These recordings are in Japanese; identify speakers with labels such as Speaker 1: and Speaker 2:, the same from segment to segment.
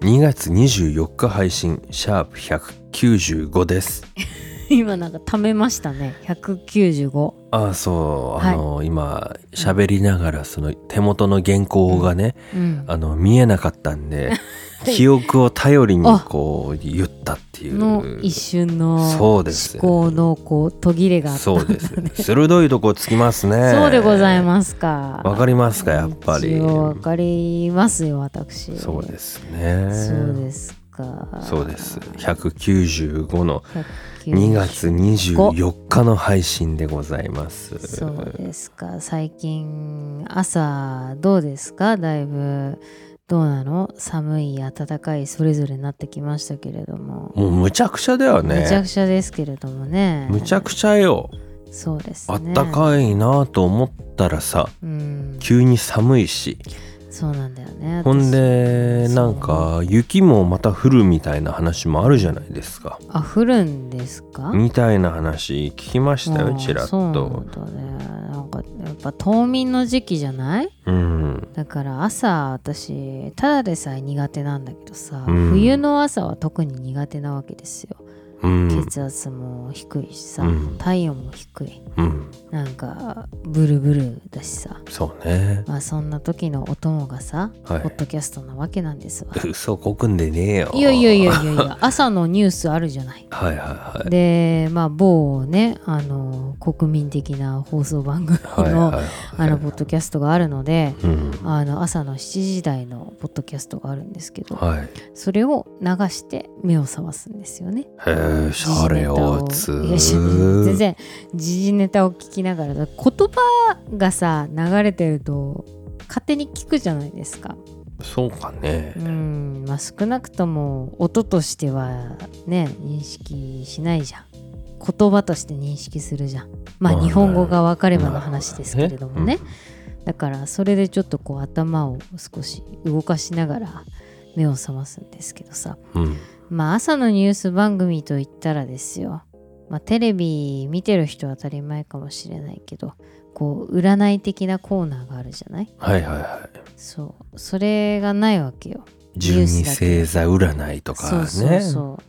Speaker 1: 2月24日配信シャープ195です
Speaker 2: 今なんか貯めましたね195
Speaker 1: ああそう、
Speaker 2: はい
Speaker 1: あの今喋りながらその手元の原稿がね、
Speaker 2: うん
Speaker 1: あの見えなかった んで
Speaker 2: い
Speaker 1: 記憶を頼りに
Speaker 2: あ
Speaker 1: こう言ったっていう
Speaker 2: の一瞬の
Speaker 1: そ
Speaker 2: 思
Speaker 1: うです
Speaker 2: 考のこう途切れがあった
Speaker 1: そうですね鋭いとこつきますね
Speaker 2: そうでござい
Speaker 1: す
Speaker 2: ますか
Speaker 1: わかりますかやっぱり
Speaker 2: 一応わかりますよ私
Speaker 1: そうですね
Speaker 2: そうですか
Speaker 1: そうです195の
Speaker 2: 195
Speaker 1: 2月24日の配信でございます
Speaker 2: そうですか最近朝どうですかだいぶどうなの寒い暖かいそれぞれになってきましたけれども、
Speaker 1: もうむちゃくちゃだよ
Speaker 2: むちゃ
Speaker 1: ね
Speaker 2: くちゃですけれどもね
Speaker 1: むちゃくちゃよ
Speaker 2: そうです
Speaker 1: あ
Speaker 2: ね
Speaker 1: ったかいなと思ったらさ
Speaker 2: うん
Speaker 1: 急に寒いし
Speaker 2: そうなんだよね
Speaker 1: ほん
Speaker 2: 私
Speaker 1: で
Speaker 2: そう
Speaker 1: なんか雪もまた降るみたいな話もあるじゃないですか
Speaker 2: あ降るんですか
Speaker 1: みたいな話聞きました
Speaker 2: あ
Speaker 1: よ
Speaker 2: ー
Speaker 1: ちらっ
Speaker 2: そう
Speaker 1: と
Speaker 2: なんだねなんかやっぱ冬眠の時期じゃない
Speaker 1: うん
Speaker 2: だから朝私ただでさえ苦手なんだけどさ、
Speaker 1: うん
Speaker 2: 冬の朝は特に苦手なわけですよ
Speaker 1: うん
Speaker 2: 血圧も低いしさ、
Speaker 1: うん
Speaker 2: 体温も低い
Speaker 1: うん
Speaker 2: なんかブルブルだしさ
Speaker 1: そうね
Speaker 2: まあそんな時のお供がさ、
Speaker 1: はい
Speaker 2: ポッドキャストなわけなんですわ
Speaker 1: 嘘こくんでねえよ
Speaker 2: いやいやいやいやい や朝のニュースあるじゃない
Speaker 1: はいはいはい
Speaker 2: でまあ某ねあの国民的な放送番組の,、
Speaker 1: はいはいはい
Speaker 2: あのポッドキャストがあるので
Speaker 1: うん
Speaker 2: あの朝の7時台のポッドキャストがあるんですけど、
Speaker 1: はいへ
Speaker 2: それを流して目を覚ますんですよね。
Speaker 1: えシャレオ
Speaker 2: いやし全
Speaker 1: ツ
Speaker 2: 然時事ネタを聞きながら言葉がさ流れてると勝手に聞くじゃないですか。
Speaker 1: そうかね
Speaker 2: うんまあ少なくとも音としてはね認識しないじゃん。言葉として認識するじゃん。ま
Speaker 1: ま
Speaker 2: あ
Speaker 1: あ
Speaker 2: 日本語が分かれば
Speaker 1: な
Speaker 2: の
Speaker 1: るほど
Speaker 2: 話ですけれどもね。だからそれでちょっとこう頭を少し動かしながら目を覚ますんですけどさ。
Speaker 1: うんうん
Speaker 2: まあ朝のニュース番組といったらですよ、まあ、テレビ見てる人は当たり前かもしれないけどこう占い的なコーナーがあるじゃない
Speaker 1: はいはいはい
Speaker 2: そうそれがないわけよ
Speaker 1: 十
Speaker 2: ニュー
Speaker 1: 二
Speaker 2: スだけ
Speaker 1: 星座占いと
Speaker 2: そ
Speaker 1: か
Speaker 2: うそう
Speaker 1: ね
Speaker 2: そう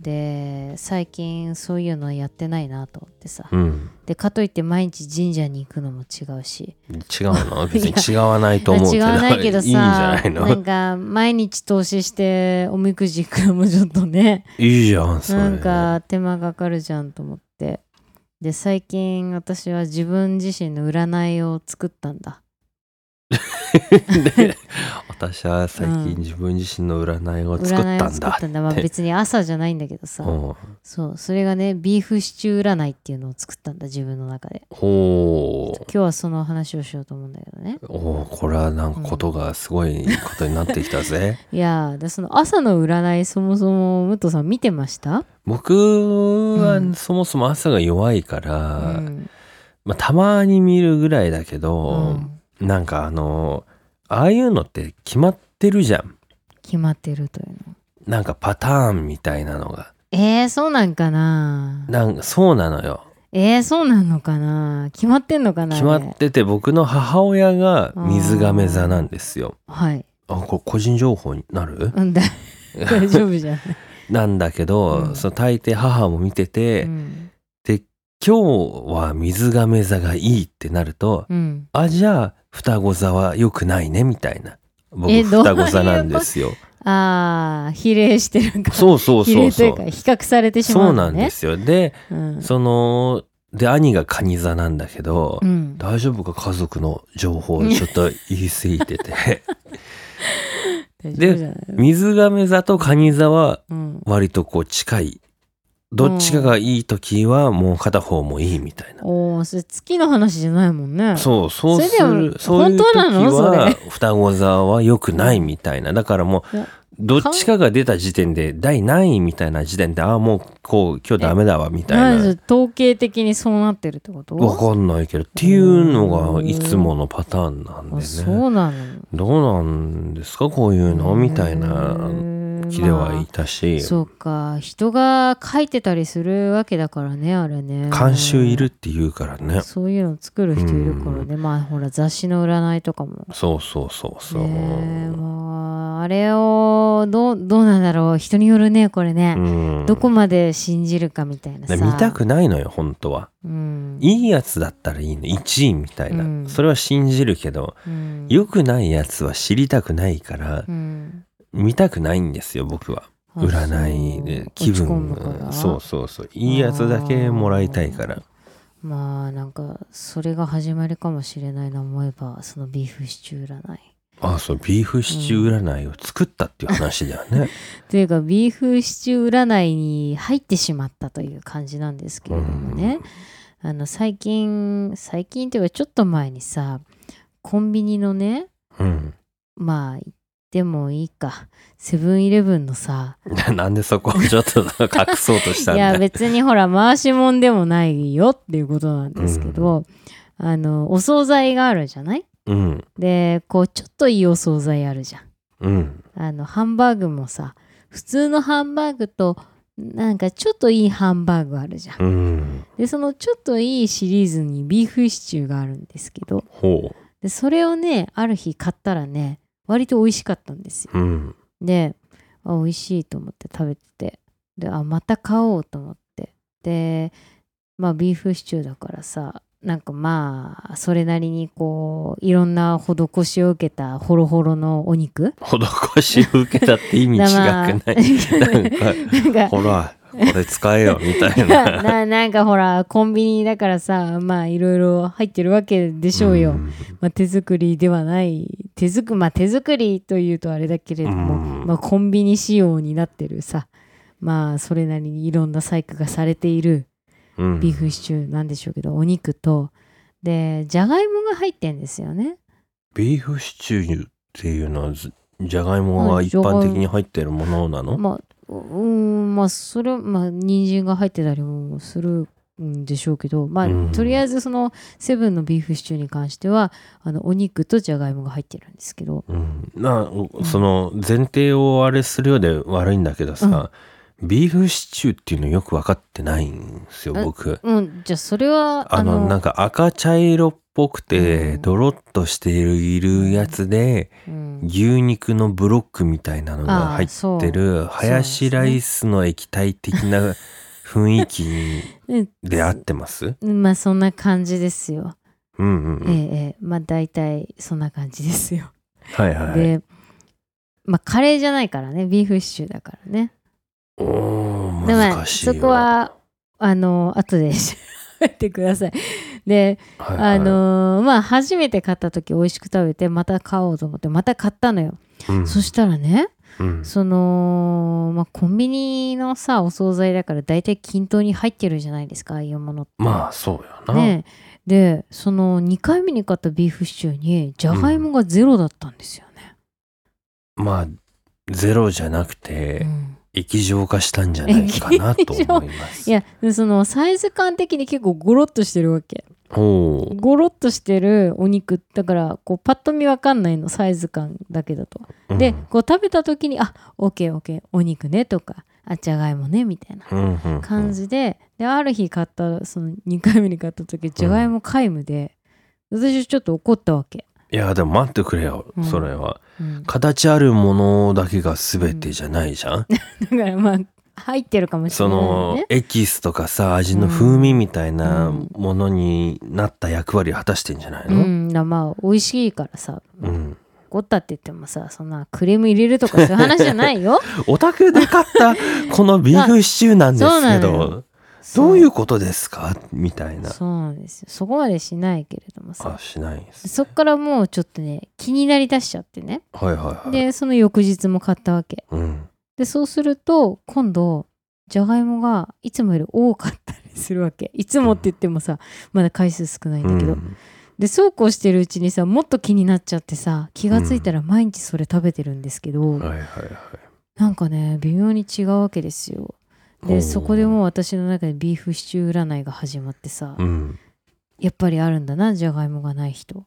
Speaker 2: で最近そういうのやってないなと思ってさ、
Speaker 1: うん
Speaker 2: でかといって毎日神社に行くのも違うし
Speaker 1: 違 うの別に違わないと思うけ
Speaker 2: 違
Speaker 1: ど
Speaker 2: わないけどさ
Speaker 1: いいじゃないの
Speaker 2: んか毎日投資しておみくじ行くのもちょっとね
Speaker 1: いいじゃんそれ
Speaker 2: なんか手間がかかるじゃんと思ってで最近私は自分自身の占いを作ったんだ
Speaker 1: で私は最
Speaker 2: う
Speaker 1: 近
Speaker 2: ん
Speaker 1: 自分自身の占いを作っ
Speaker 2: 占い
Speaker 1: た
Speaker 2: を
Speaker 1: ん
Speaker 2: 作っ
Speaker 1: だ
Speaker 2: たんだ、まあ、
Speaker 1: って
Speaker 2: 別に朝じゃないんだけどさ、
Speaker 1: うん
Speaker 2: そうそれがねビーフシチュー占いっていうのを作ったんだ自分の中で
Speaker 1: ほう
Speaker 2: 今日はその話をしようと思うんだけどね
Speaker 1: おーこれはなんかことがすごいことになってき たぜ、
Speaker 2: いやーでその朝の占いそもそも武藤さん見てました、
Speaker 1: 僕は
Speaker 2: うん
Speaker 1: そもそも朝が弱いから、
Speaker 2: うん
Speaker 1: まあ、たまに見るぐらいだけ
Speaker 2: う
Speaker 1: ど、
Speaker 2: ん
Speaker 1: なんかあのああいうのって決まってるじゃん
Speaker 2: 決まってるというの
Speaker 1: なんかパターンみたいなのが
Speaker 2: えー、そうなんかな
Speaker 1: なんかそうなのよ
Speaker 2: えー、そうなのかな決まってんのかな
Speaker 1: 決まっ
Speaker 2: あれ
Speaker 1: てて僕の母親が水亀座なんですよ
Speaker 2: はい
Speaker 1: あこれ個人情報になる
Speaker 2: うんだ 大丈夫じゃない、
Speaker 1: なんだけど、
Speaker 2: うん
Speaker 1: その大抵母も見てて、
Speaker 2: うん
Speaker 1: 今日は水亀座がいいってなると、
Speaker 2: うん、
Speaker 1: あじゃあ双子座は良くないねみたいな僕
Speaker 2: えどういう
Speaker 1: 双子座なんですよ
Speaker 2: ああ比例してるから
Speaker 1: そうそう
Speaker 2: 比
Speaker 1: そう
Speaker 2: 例と
Speaker 1: そ
Speaker 2: いう
Speaker 1: う
Speaker 2: か比較されてしま
Speaker 1: そ
Speaker 2: う
Speaker 1: うな
Speaker 2: の
Speaker 1: んで
Speaker 2: ね
Speaker 1: すよで
Speaker 2: そうなんです
Speaker 1: そので兄が蟹座なんだけど、
Speaker 2: うん、うん、
Speaker 1: 大丈夫か家族の情報ちょっと言い過ぎ てて
Speaker 2: 大丈夫じゃない
Speaker 1: 水亀座と蟹座は
Speaker 2: うん、
Speaker 1: 割とこう近いどっちかがいい時はもう片方もいいみたいな、
Speaker 2: おおそれ月の話じゃないもんね
Speaker 1: そうそうす
Speaker 2: それで
Speaker 1: る
Speaker 2: も
Speaker 1: そういう時
Speaker 2: 本当なのそ
Speaker 1: は
Speaker 2: れ
Speaker 1: 双子座は良くないみたいなだからも
Speaker 2: いや
Speaker 1: うどっちかが出た時点で第何位みたいな時点でああもうこう今日ダメだわみた
Speaker 2: ないん
Speaker 1: な
Speaker 2: で統計的にそうなってるってこと
Speaker 1: わかんないけどっていうのがいつものパターンなんで
Speaker 2: あ
Speaker 1: ね
Speaker 2: そうなの
Speaker 1: どうなんですかこういうのみたいな気ではいた
Speaker 2: ま
Speaker 1: し
Speaker 2: あそうか人が書いてたりするわけだからねあれね
Speaker 1: 監修いるって言うからね
Speaker 2: そういうの作る人いるからねまあほら雑誌の占いとかも
Speaker 1: そうそうそうそう、
Speaker 2: ねえまああれをどうどうなんだろう人によるねこれね、
Speaker 1: うん
Speaker 2: どこまで信じるかみたいなさ
Speaker 1: 見たくないのよ本当は
Speaker 2: うん
Speaker 1: いいやつだったらいいの1位みたいな、
Speaker 2: うん
Speaker 1: それは信じるけど
Speaker 2: うん
Speaker 1: 良くないやつは知りたくないから
Speaker 2: うん
Speaker 1: 見たくないんでですよ僕は
Speaker 2: あ
Speaker 1: 占い
Speaker 2: そ
Speaker 1: で
Speaker 2: う
Speaker 1: 気
Speaker 2: 落ち込む
Speaker 1: 分
Speaker 2: から
Speaker 1: そうそうそういいやつだけもらいたいから
Speaker 2: まあなんかそれが始まりかもしれないな思えばそのビーフシチュー占い
Speaker 1: あそうビーフシチュー占いを作ったっていう話だよね、
Speaker 2: というかビーフシチュー占いに入ってしまったという感じなんですけれどもね、あの最近最近というかちょっと前にさコンビニのね
Speaker 1: うん、
Speaker 2: まあ言ってもいいかセブンイレブンのさ
Speaker 1: なん でそこをちょっと隠そうとしたん
Speaker 2: いや
Speaker 1: だ
Speaker 2: 別にほら回しもんでもないよっていうことなんですけど、あのお惣菜があるじゃない
Speaker 1: うん
Speaker 2: でこうちょっといいお惣菜あるじゃん
Speaker 1: うん
Speaker 2: あのハンバーグもさ普通のハンバーグとなんかちょっといいハンバーグあるじゃん
Speaker 1: うん
Speaker 2: でそのちょっといいシリーズにビーフシチューがあるんですけど
Speaker 1: ほ
Speaker 2: でそれをねある日買ったらね割と美味しかったんですよ
Speaker 1: ううん
Speaker 2: であ美味しいと思って食べててであまた買おうと思ってでまあビーフシチューだからさなんかまあそれなりにこういろんな施しを受けたホロホロのお肉
Speaker 1: 施しを受けたって意 味違く
Speaker 2: だ
Speaker 1: ない、なん か
Speaker 2: なんか
Speaker 1: ほらこれ使えよみた いな
Speaker 2: ななんかほらコンビニだからさまあいろいろ入ってるわけでしょうよ、
Speaker 1: ん
Speaker 2: まあ、手作りではない手作,、まあ、手作りというとあれだけれども、
Speaker 1: うん
Speaker 2: まあ、コンビニ仕様になってるさまあそれなりにいろんな細工がされている
Speaker 1: うん
Speaker 2: ビーフシチューなんでしょうけど、お肉とでじゃがいもが入ってんですよね
Speaker 1: ビーフシチューっていうのはずじゃがいもが一般的に入ってるものなの、
Speaker 2: まあううーんまあそれまあ人参が入ってたりもするんでしょうけどまあ、
Speaker 1: うん
Speaker 2: とりあえずそのセブンのビーフシチューに関してはあのお肉とじゃがいもが入ってるんですけど
Speaker 1: うん、なその前提をあれするようで悪いんだけどさ、ビーフシチューっていうのよく分かってないんですよ
Speaker 2: え
Speaker 1: 僕
Speaker 2: うんじゃあそれは
Speaker 1: あのなんか赤茶色っぽくて
Speaker 2: うん
Speaker 1: ドロッとしているやつで
Speaker 2: うん
Speaker 1: 牛肉のブロックみたいなのが入っ
Speaker 2: そう
Speaker 1: てるハヤシライスの液体的な雰囲気で合って ます
Speaker 2: うんまあそんな感じですよ、
Speaker 1: うんうんう
Speaker 2: え
Speaker 1: ん。
Speaker 2: えええまあ大体そんな感じですよ、
Speaker 1: はいはいはい。
Speaker 2: でまあカレーじゃないからねビーフシチューだからね
Speaker 1: おー
Speaker 2: でま
Speaker 1: 難
Speaker 2: あ
Speaker 1: しい
Speaker 2: そこはあの後で調べてくださいで
Speaker 1: はいはい
Speaker 2: あのーまあ初めて買った時美味しく食べてまた買おうと思ってまた買ったのよ、
Speaker 1: うん
Speaker 2: そしたらね
Speaker 1: うん
Speaker 2: その、まあ、コンビニのさお惣菜だから大体均等に入ってるじゃないですかああいうものって
Speaker 1: まあそうよな。
Speaker 2: ねでその2回目に買ったビーフシチューにじゃがいもがゼロだったんですよね、
Speaker 1: まあゼロじゃなく
Speaker 2: う
Speaker 1: て
Speaker 2: ん
Speaker 1: 液状化したんじゃないかなと思います。
Speaker 2: いやでそのサイズ感的に結構ゴロッとしてるわけ
Speaker 1: おー
Speaker 2: ゴロッとしてるお肉だからこうパッと見わかんないのサイズ感だけだと
Speaker 1: うん
Speaker 2: でこう食べた時にあオッケーオッケーお肉ねとかあじゃがいもねみたいな
Speaker 1: うんうんうん
Speaker 2: 感じでである日買ったその2回目に買った時じゃがいも皆無で私ちょっと怒ったわけ、
Speaker 1: いやでも待ってくれよ
Speaker 2: うん
Speaker 1: それは。
Speaker 2: うん、だ
Speaker 1: 形あるものだけが全てじゃないじゃん。
Speaker 2: からまあ入ってるかもしれ
Speaker 1: そ
Speaker 2: ない
Speaker 1: の
Speaker 2: ね
Speaker 1: エキスとかさ味の風味みたいな
Speaker 2: うん
Speaker 1: ものになった役割を果たしてんじゃないうの
Speaker 2: ん、だまあ美味しいからさ
Speaker 1: うん。
Speaker 2: 怒ったって言ってもさそんなクレーム入れるとかそういう話じゃないよ
Speaker 1: オタクで買 ったこのビーフシチューなんです
Speaker 2: そう
Speaker 1: け
Speaker 2: な
Speaker 1: ど、
Speaker 2: のよ
Speaker 1: どういううことですかみたいな。
Speaker 2: そうなんですよそこまでしないけれども
Speaker 1: あ
Speaker 2: さ
Speaker 1: しないです。
Speaker 2: そっからもうちょっとね気になりだしちゃってね
Speaker 1: はいはいはい。
Speaker 2: でその翌日も買ったわけ
Speaker 1: うん。
Speaker 2: でそうすると今度じゃがいもがいつもより多かったりするわけいつもって言ってもさまだ回数少ないんだけど、
Speaker 1: うん
Speaker 2: でそうこうしてるうちにさもっと気になっちゃってさ気がついたら毎日それ食べてるんですけど、
Speaker 1: はいはいはい
Speaker 2: なんかね微妙に違うわけですよ
Speaker 1: おー
Speaker 2: でそこでもう私の中でビーフシチュー占いが始まってさ、
Speaker 1: うん
Speaker 2: やっぱりあるんだなじゃがいもがない人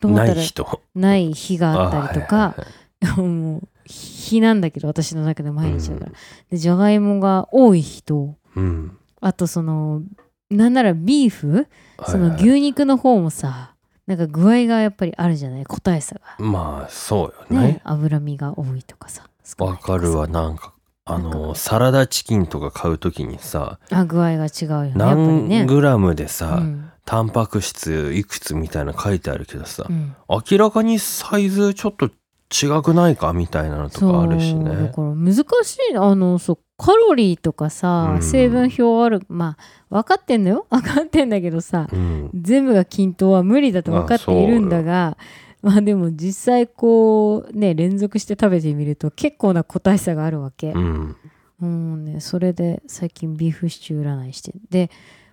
Speaker 2: と思っ
Speaker 1: な
Speaker 2: た
Speaker 1: い
Speaker 2: ら
Speaker 1: 人
Speaker 2: ない日があったりと
Speaker 1: あ
Speaker 2: か
Speaker 1: はいはいは い
Speaker 2: もう日なんだけど私の中で毎日だから、でじゃがいもが多い人
Speaker 1: うん
Speaker 2: あとそのなんならビーフ
Speaker 1: はい
Speaker 2: その
Speaker 1: はい
Speaker 2: 牛肉の方もさなんか具合がやっぱりあるじゃない個体差が
Speaker 1: まあそうよ
Speaker 2: ね
Speaker 1: ね
Speaker 2: 脂身が多いとかさ少ない
Speaker 1: わ
Speaker 2: とさ
Speaker 1: かるわなんかあ
Speaker 2: なん
Speaker 1: の
Speaker 2: か
Speaker 1: サラダチキンとか買うときにさ
Speaker 2: あ具合が違うよねやっぱりね
Speaker 1: 何グラムで
Speaker 2: う
Speaker 1: さ
Speaker 2: ん
Speaker 1: タンパク質いくつみたいな書いてあるけどさ
Speaker 2: うん
Speaker 1: 明らかにサイズちょっと違くないかみたいなのと
Speaker 2: そ
Speaker 1: か
Speaker 2: う
Speaker 1: あるし
Speaker 2: だ
Speaker 1: ね
Speaker 2: から難しいなあのそうカロリーとかさ、
Speaker 1: うん
Speaker 2: 成分表あるまあ分かってんのよ 分かってんだけどさ
Speaker 1: うん
Speaker 2: 全部が均等は無理だと分かっているんだがまあでも実際こうね連続して食べてみると結構な個体差があるわけ、
Speaker 1: うん
Speaker 2: もうねそれで最近ビーフシチュー占いしてで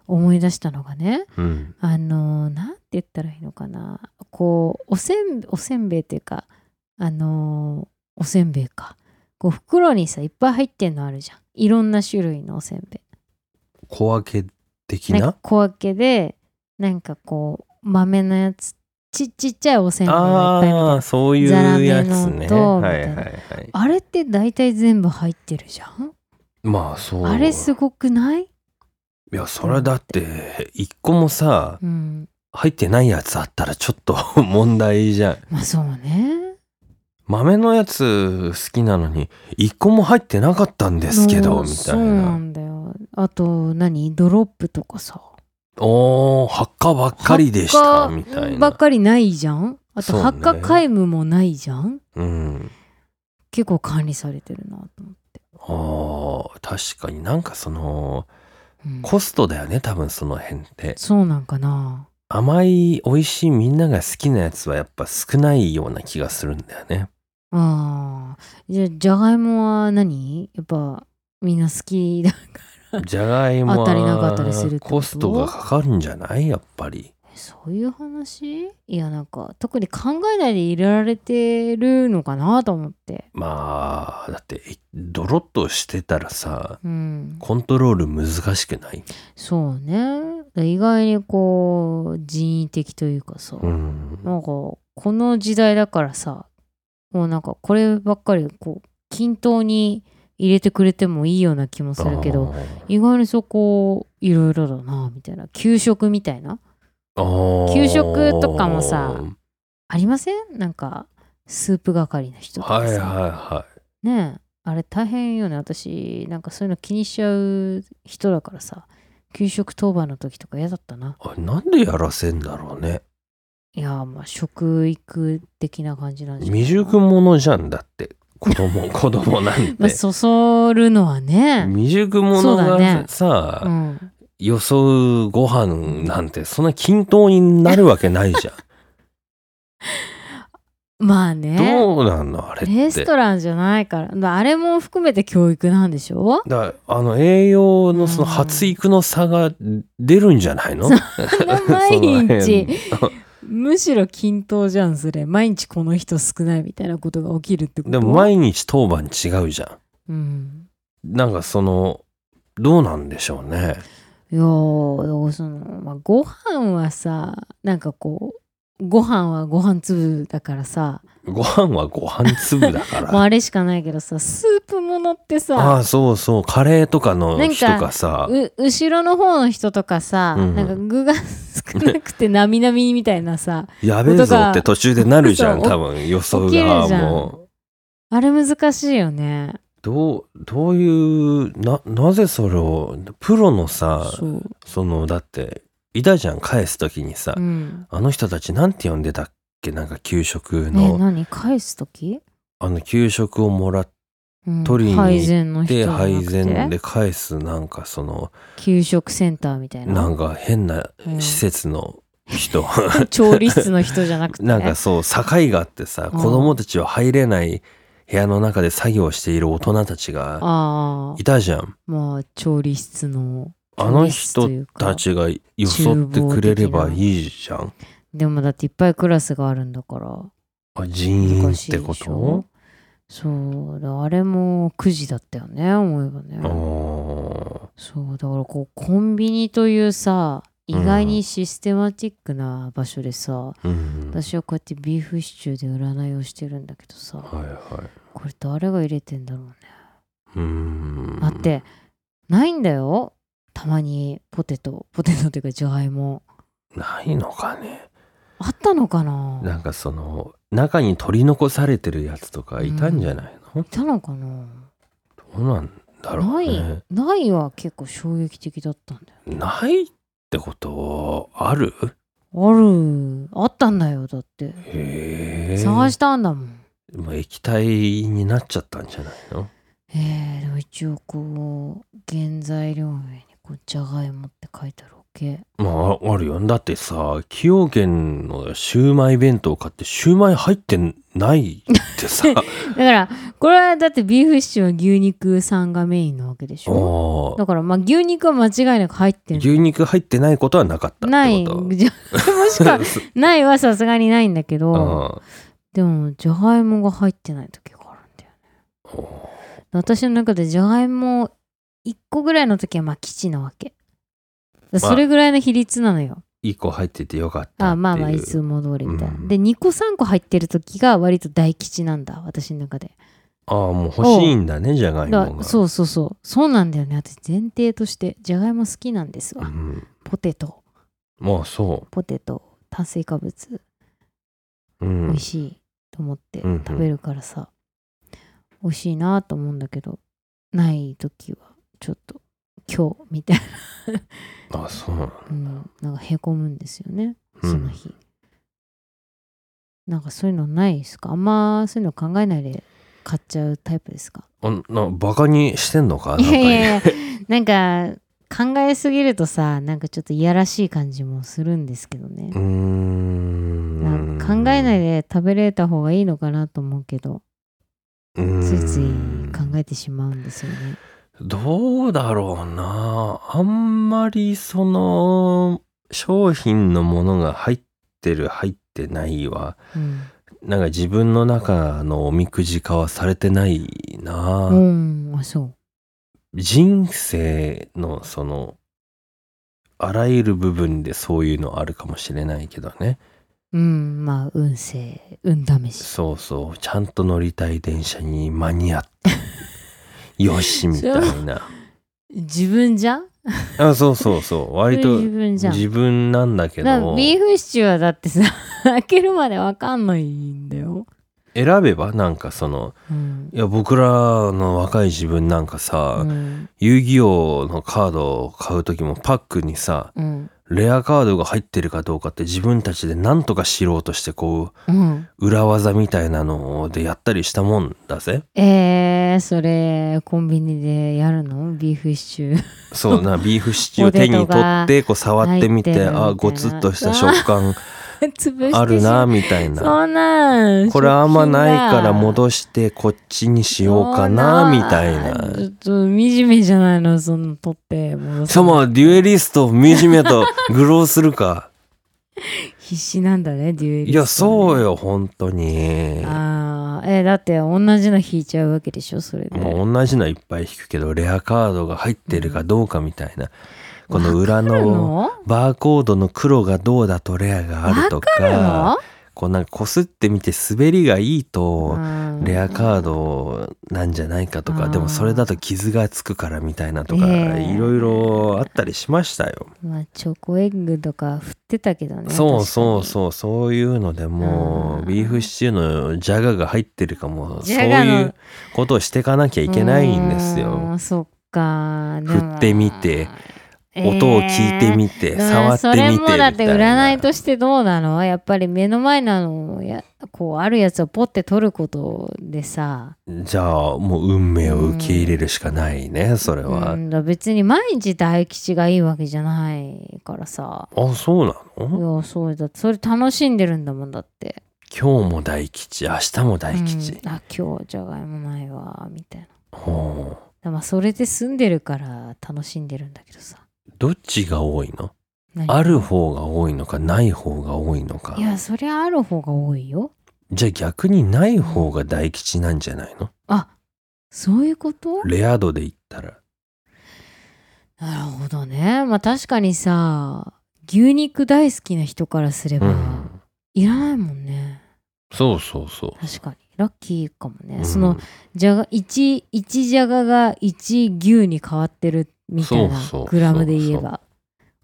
Speaker 2: 思い出したのがね
Speaker 1: うん
Speaker 2: あのーなんて言ったらいいのかなこうおせんおせんべいっていうかあのーおせんべいかこう袋にさいっぱい入ってんのあるじゃんいろんな種類のおせんべ
Speaker 1: 小分け的
Speaker 2: いなん
Speaker 1: な
Speaker 2: か小分けでなんかこう豆のやつちちっちゃいおせんべいがいっぱいみたいな
Speaker 1: ああーそういうやつね
Speaker 2: ザラメのと
Speaker 1: はいはい
Speaker 2: みたな
Speaker 1: はい
Speaker 2: いあれって大体全部入ってるじゃん
Speaker 1: まあそう
Speaker 2: あれすごくない
Speaker 1: いやそれだって一個もさ
Speaker 2: うん
Speaker 1: 入ってないやつあったらちょっと 問題じゃん
Speaker 2: まあそうね
Speaker 1: 豆のやつ好きなのに一個も入ってなかったんですけ
Speaker 2: う
Speaker 1: ど
Speaker 2: ん
Speaker 1: みた
Speaker 2: そ
Speaker 1: いう
Speaker 2: な
Speaker 1: なん
Speaker 2: だよあと何ドロップとかさ
Speaker 1: おー発火ばっかりでした
Speaker 2: 発火
Speaker 1: みたい
Speaker 2: ばっ
Speaker 1: な
Speaker 2: かりないじゃんあ
Speaker 1: そう
Speaker 2: と
Speaker 1: ね
Speaker 2: 発火皆無もないじゃん、
Speaker 1: うん
Speaker 2: 結構管理されてるなと思って、
Speaker 1: あー確かになんかその
Speaker 2: うん
Speaker 1: コストだよね多分その辺って
Speaker 2: そうなんかな
Speaker 1: 甘い美味しいみんなが好きなやつはやっぱ少ないような気がするんだよ ね
Speaker 2: あーじゃあじゃがいもは何やっぱみんな好きだ
Speaker 1: じゃがいも
Speaker 2: 当たりなかったりするって
Speaker 1: は
Speaker 2: こと
Speaker 1: コストがかかるんじゃないやっぱり
Speaker 2: そういう話いやなんか特に考えないで入れられてるのかなと思って
Speaker 1: まあだってえドロッとしてたらさ
Speaker 2: うん
Speaker 1: コントロール難しくない
Speaker 2: そうね意外にこう人為的というかさ、
Speaker 1: うん
Speaker 2: なんかこの時代だからさもうなんかこればっかりこう均等に入れてくれてもいいような気もするけど意外にそこいろいろだなみたいな給食みたいな
Speaker 1: あー
Speaker 2: 給食とかもさありませんなんかスープ係の人と
Speaker 1: は
Speaker 2: か
Speaker 1: い
Speaker 2: さ、
Speaker 1: はいはい
Speaker 2: ねえあれ大変よね私なんかそういうの気にしちゃう人だからさ給食当番の時とか嫌だったな
Speaker 1: あれなんでやらせんだろうね
Speaker 2: いやーまあ食育的な感じなんじゃない
Speaker 1: 未熟者じゃんだって子供 子供なん
Speaker 2: まあ
Speaker 1: て
Speaker 2: そそるのはね
Speaker 1: 未熟者
Speaker 2: そうだね
Speaker 1: がさ、
Speaker 2: うん
Speaker 1: 予想ご飯なんてそんな均等になるわけないじゃん
Speaker 2: まあ ね
Speaker 1: どうなんのあれって
Speaker 2: レストランじゃないからまああれも含めて教育なんでし ょ
Speaker 1: だあの栄養のその発育の差が出るんじゃないの、
Speaker 2: そんな毎日
Speaker 1: その辺
Speaker 2: むしろ均等じゃんそれ毎日この人少ないみたいなことが起きるってこと
Speaker 1: でも毎日当番違うじゃ
Speaker 2: うん
Speaker 1: んなんかそのどうなんでしょうね
Speaker 2: いやーだからその、まあ、ご飯はさなんかこうご飯はご飯粒だからさ
Speaker 1: ご飯はご飯粒だ から、
Speaker 2: もうあれしかないけどさスープものって
Speaker 1: あ
Speaker 2: さ
Speaker 1: あそうそうカレーとかの
Speaker 2: なんか
Speaker 1: 人がさ
Speaker 2: う後ろの方の人とかさ、
Speaker 1: うん
Speaker 2: なんか具が少なくてなみなみみたいなさ
Speaker 1: やべえぞって途中でなるじゃん
Speaker 2: そう
Speaker 1: 多分予想
Speaker 2: 起きる
Speaker 1: が
Speaker 2: じゃん
Speaker 1: もう
Speaker 2: あれ難しいよね。
Speaker 1: どうどういうななぜそれをプロのさ
Speaker 2: そう。
Speaker 1: そのだっていたじゃん返す時にさ、
Speaker 2: うん。
Speaker 1: あの人たちなんて呼んでたっけなんか給食
Speaker 2: ね
Speaker 1: の、
Speaker 2: 何返すとき、
Speaker 1: あの給食をもらっ
Speaker 2: うん、
Speaker 1: 取りに行って
Speaker 2: 配膳の人
Speaker 1: て
Speaker 2: じゃなくて
Speaker 1: 配膳で返すなんかその
Speaker 2: 給食センターみたいな
Speaker 1: なんか変な
Speaker 2: うん
Speaker 1: 施設の人、
Speaker 2: 調理室の人じゃなくて
Speaker 1: なんかそう境があってさ
Speaker 2: うん
Speaker 1: 子供たちは入れない部屋の中で作業している大人たちが
Speaker 2: ああ
Speaker 1: いたじゃん
Speaker 2: まあ調理室の
Speaker 1: あの
Speaker 2: 調理室と
Speaker 1: 人
Speaker 2: いうか
Speaker 1: たちがよそってくれればいいじゃん
Speaker 2: でもだっていっぱいクラスがあるんだから
Speaker 1: あジーン
Speaker 2: 難
Speaker 1: っ
Speaker 2: しいで
Speaker 1: てこ
Speaker 2: しょ
Speaker 1: と
Speaker 2: そうだあれも9時だったよね思えば
Speaker 1: あ
Speaker 2: ね
Speaker 1: ー
Speaker 2: そうだからこうコンビニというさ意外にシステマチックな場所でさ、
Speaker 1: うん
Speaker 2: 私はこうやってビーフシチューで占いをしてるんだけどさ、
Speaker 1: はいはい
Speaker 2: これ誰が入れてんだろうね、
Speaker 1: うーん
Speaker 2: あってないんだよたまにポテトポテトというかじゃがいも
Speaker 1: ないのかね
Speaker 2: あったのかな
Speaker 1: なんかその中に取り残されてるやつとかいたんじゃないの、
Speaker 2: いたのかな
Speaker 1: どうなんだろう
Speaker 2: ない、
Speaker 1: ね
Speaker 2: ないは結構衝撃的だったんだよ
Speaker 1: ないってことある
Speaker 2: あるあったんだよだって
Speaker 1: へえ
Speaker 2: 探したんだもん
Speaker 1: もう液体になっちゃったんじゃないの
Speaker 2: えー、でも一応こう原材料名にこうじゃがいもって書いてあるわけ
Speaker 1: まああるよだってさ崎陽軒のシューマイ弁当買ってシューマイ入ってないっ てさ
Speaker 2: だからこれはだってビーフシチューは牛肉さんがメインなわけでしょ
Speaker 1: おー
Speaker 2: だからまあ牛肉は間違いなく入ってる
Speaker 1: 牛肉入ってないことはなかったっ
Speaker 2: ない
Speaker 1: て
Speaker 2: じゃ
Speaker 1: こと
Speaker 2: もしくはないはさすがにないんだけ
Speaker 1: うん
Speaker 2: どでもじゃがいもが入ってない時があるんだよ
Speaker 1: お
Speaker 2: 私の中でじゃがいも1個ぐらいの時はまあ基地なわけだからそれぐらいの比率なのよ、
Speaker 1: ーいい子入っててよかったっていう
Speaker 2: あまあまあいつも通りみたいな、
Speaker 1: うん
Speaker 2: で2個3個入ってる時が割と大吉なんだ私の中で
Speaker 1: ああもう欲しいんだねじゃがい
Speaker 2: だ
Speaker 1: もが
Speaker 2: そうそうそうそうなんだよね私前提としてじゃがいも好きなんです
Speaker 1: う
Speaker 2: わ、
Speaker 1: ん
Speaker 2: ポテト
Speaker 1: まあそ
Speaker 2: ポテト炭水化物
Speaker 1: う
Speaker 2: 美
Speaker 1: うん
Speaker 2: 味しいと思って
Speaker 1: うんうん
Speaker 2: 食べるからさ、美味しいなと思うんだけどない時はちょっと今日みたい
Speaker 1: あそうなの
Speaker 2: な、うん、なんかへこむんですよね
Speaker 1: うん
Speaker 2: その日、なんかそういうのないですかあんまそういうの考えないで買っちゃうタイプですか
Speaker 1: あんなバカにしてんのかなん
Speaker 2: い
Speaker 1: か
Speaker 2: やいやいやなんか考えすぎるとさなんかちょっといやらしい感じもするんですけどね
Speaker 1: うー、ん
Speaker 2: なんか考えないで食べれた方がいいのかなと思うけど
Speaker 1: うーん
Speaker 2: ついつい考えてしまうんですよね
Speaker 1: どうだろうなあんまりその商品のものが入ってる入ってないは
Speaker 2: うん、
Speaker 1: なんか自分の中のおみくじ化はされてないな、
Speaker 2: うん、あそう
Speaker 1: 人生のそのあらゆる部分でそういうのあるかもしれないけどね
Speaker 2: うんまあ運勢運試し
Speaker 1: そうそうちゃんと乗りたい電車に間に合ったよしみた いな
Speaker 2: 自分じゃん
Speaker 1: あそうそうそう割
Speaker 2: それ
Speaker 1: と
Speaker 2: 自分じゃん
Speaker 1: 自分なんだけ
Speaker 2: だから
Speaker 1: ど
Speaker 2: ビーフシチューはだってさ 開けるまでわかんないんだよ、
Speaker 1: 選べばなんかその
Speaker 2: うん
Speaker 1: いや僕らの若い自分なんかさ、
Speaker 2: うん
Speaker 1: 遊戯王のカードを買う時もパックにさ
Speaker 2: うん
Speaker 1: レアカードが入ってるかどうかって自分たちで何とか知ろうとしてこ
Speaker 2: うん
Speaker 1: う裏技みたいなのでやったりしたもんだぜ
Speaker 2: えー、それコンビニでやるのビーフシチュー
Speaker 1: そうなビーフシチューを手に取
Speaker 2: ポテトが
Speaker 1: ってこう触ってみて
Speaker 2: 入ってるみたいな
Speaker 1: あごつっとした食感
Speaker 2: 潰してしまう
Speaker 1: あるなみたいな
Speaker 2: そんなん
Speaker 1: これあんまないから
Speaker 2: っ
Speaker 1: 戻してこっちにしようかなみたいな
Speaker 2: ちょっと惨めじゃないのその取って戻す
Speaker 1: そもデュエリスト惨めと愚弄する か
Speaker 2: 必死なんだねデュエリ
Speaker 1: いやそう
Speaker 2: よ
Speaker 1: よ本当に
Speaker 2: あーえだって同じの引いちゃうわけでしょそれで
Speaker 1: もう同じのいっぱい引くけどレアカードが入ってるかどうかみたいなこの裏
Speaker 2: わかる
Speaker 1: の
Speaker 2: の
Speaker 1: バーコードの黒がどうだとレアがあると
Speaker 2: ある
Speaker 1: か
Speaker 2: の
Speaker 1: こうなんかこすってみて滑りがいいとレア
Speaker 2: ー
Speaker 1: カードなんじゃないかと
Speaker 2: あ
Speaker 1: か
Speaker 2: ー
Speaker 1: でもそれだと傷がつくからみたいなとか
Speaker 2: ねえ
Speaker 1: いろいろあったりしましたよ。
Speaker 2: ド、まあ、チョコエッグとか振ってたけどね
Speaker 1: そうそう
Speaker 2: う
Speaker 1: そうそういうのでも
Speaker 2: あー
Speaker 1: うビーフシチューのジャガが入ってるかもそう
Speaker 2: ジャガの
Speaker 1: いうことをしてかなきゃいけないんですよ。
Speaker 2: そっかでも
Speaker 1: 振ってみ
Speaker 2: え
Speaker 1: て
Speaker 2: ー
Speaker 1: 音を聞いてみて、触ってみて
Speaker 2: それも
Speaker 1: み
Speaker 2: だって
Speaker 1: た
Speaker 2: 占
Speaker 1: い
Speaker 2: いと
Speaker 1: な。
Speaker 2: してどうなのやっぱり目の前なのをやこうあるやつをポッて取ることでさ、
Speaker 1: じゃあもう運命を受け入れるしかないねそれ
Speaker 2: う
Speaker 1: は。
Speaker 2: んだ別に毎日大吉がいいわけじゃないからさ
Speaker 1: あそうないの
Speaker 2: やそうだそれ楽しんでるんだもんだって
Speaker 1: 今日も大吉明日も大吉。
Speaker 2: うんあ今日じゃがいもないわみたいな
Speaker 1: ほう
Speaker 2: だまあそれで済んでるから楽しんでるんだけどさ
Speaker 1: どっちが多いの
Speaker 2: 何
Speaker 1: ある方が多いのかない方が多いのか
Speaker 2: いやそりゃある方が多いよ
Speaker 1: じゃあ逆にない方が大吉なんじゃないの
Speaker 2: あそういうこと
Speaker 1: レア度で言ったら
Speaker 2: なるほどねまあ確かにさ牛肉大好きな人からすれば、
Speaker 1: うん
Speaker 2: いらないもんね
Speaker 1: そうそうそ
Speaker 2: 確かにラッキーかもね、
Speaker 1: う
Speaker 2: そのじゃが 1, 一じゃがが1牛に変わってるみたいな
Speaker 1: そうそう
Speaker 2: グラムで言え
Speaker 1: そう
Speaker 2: ば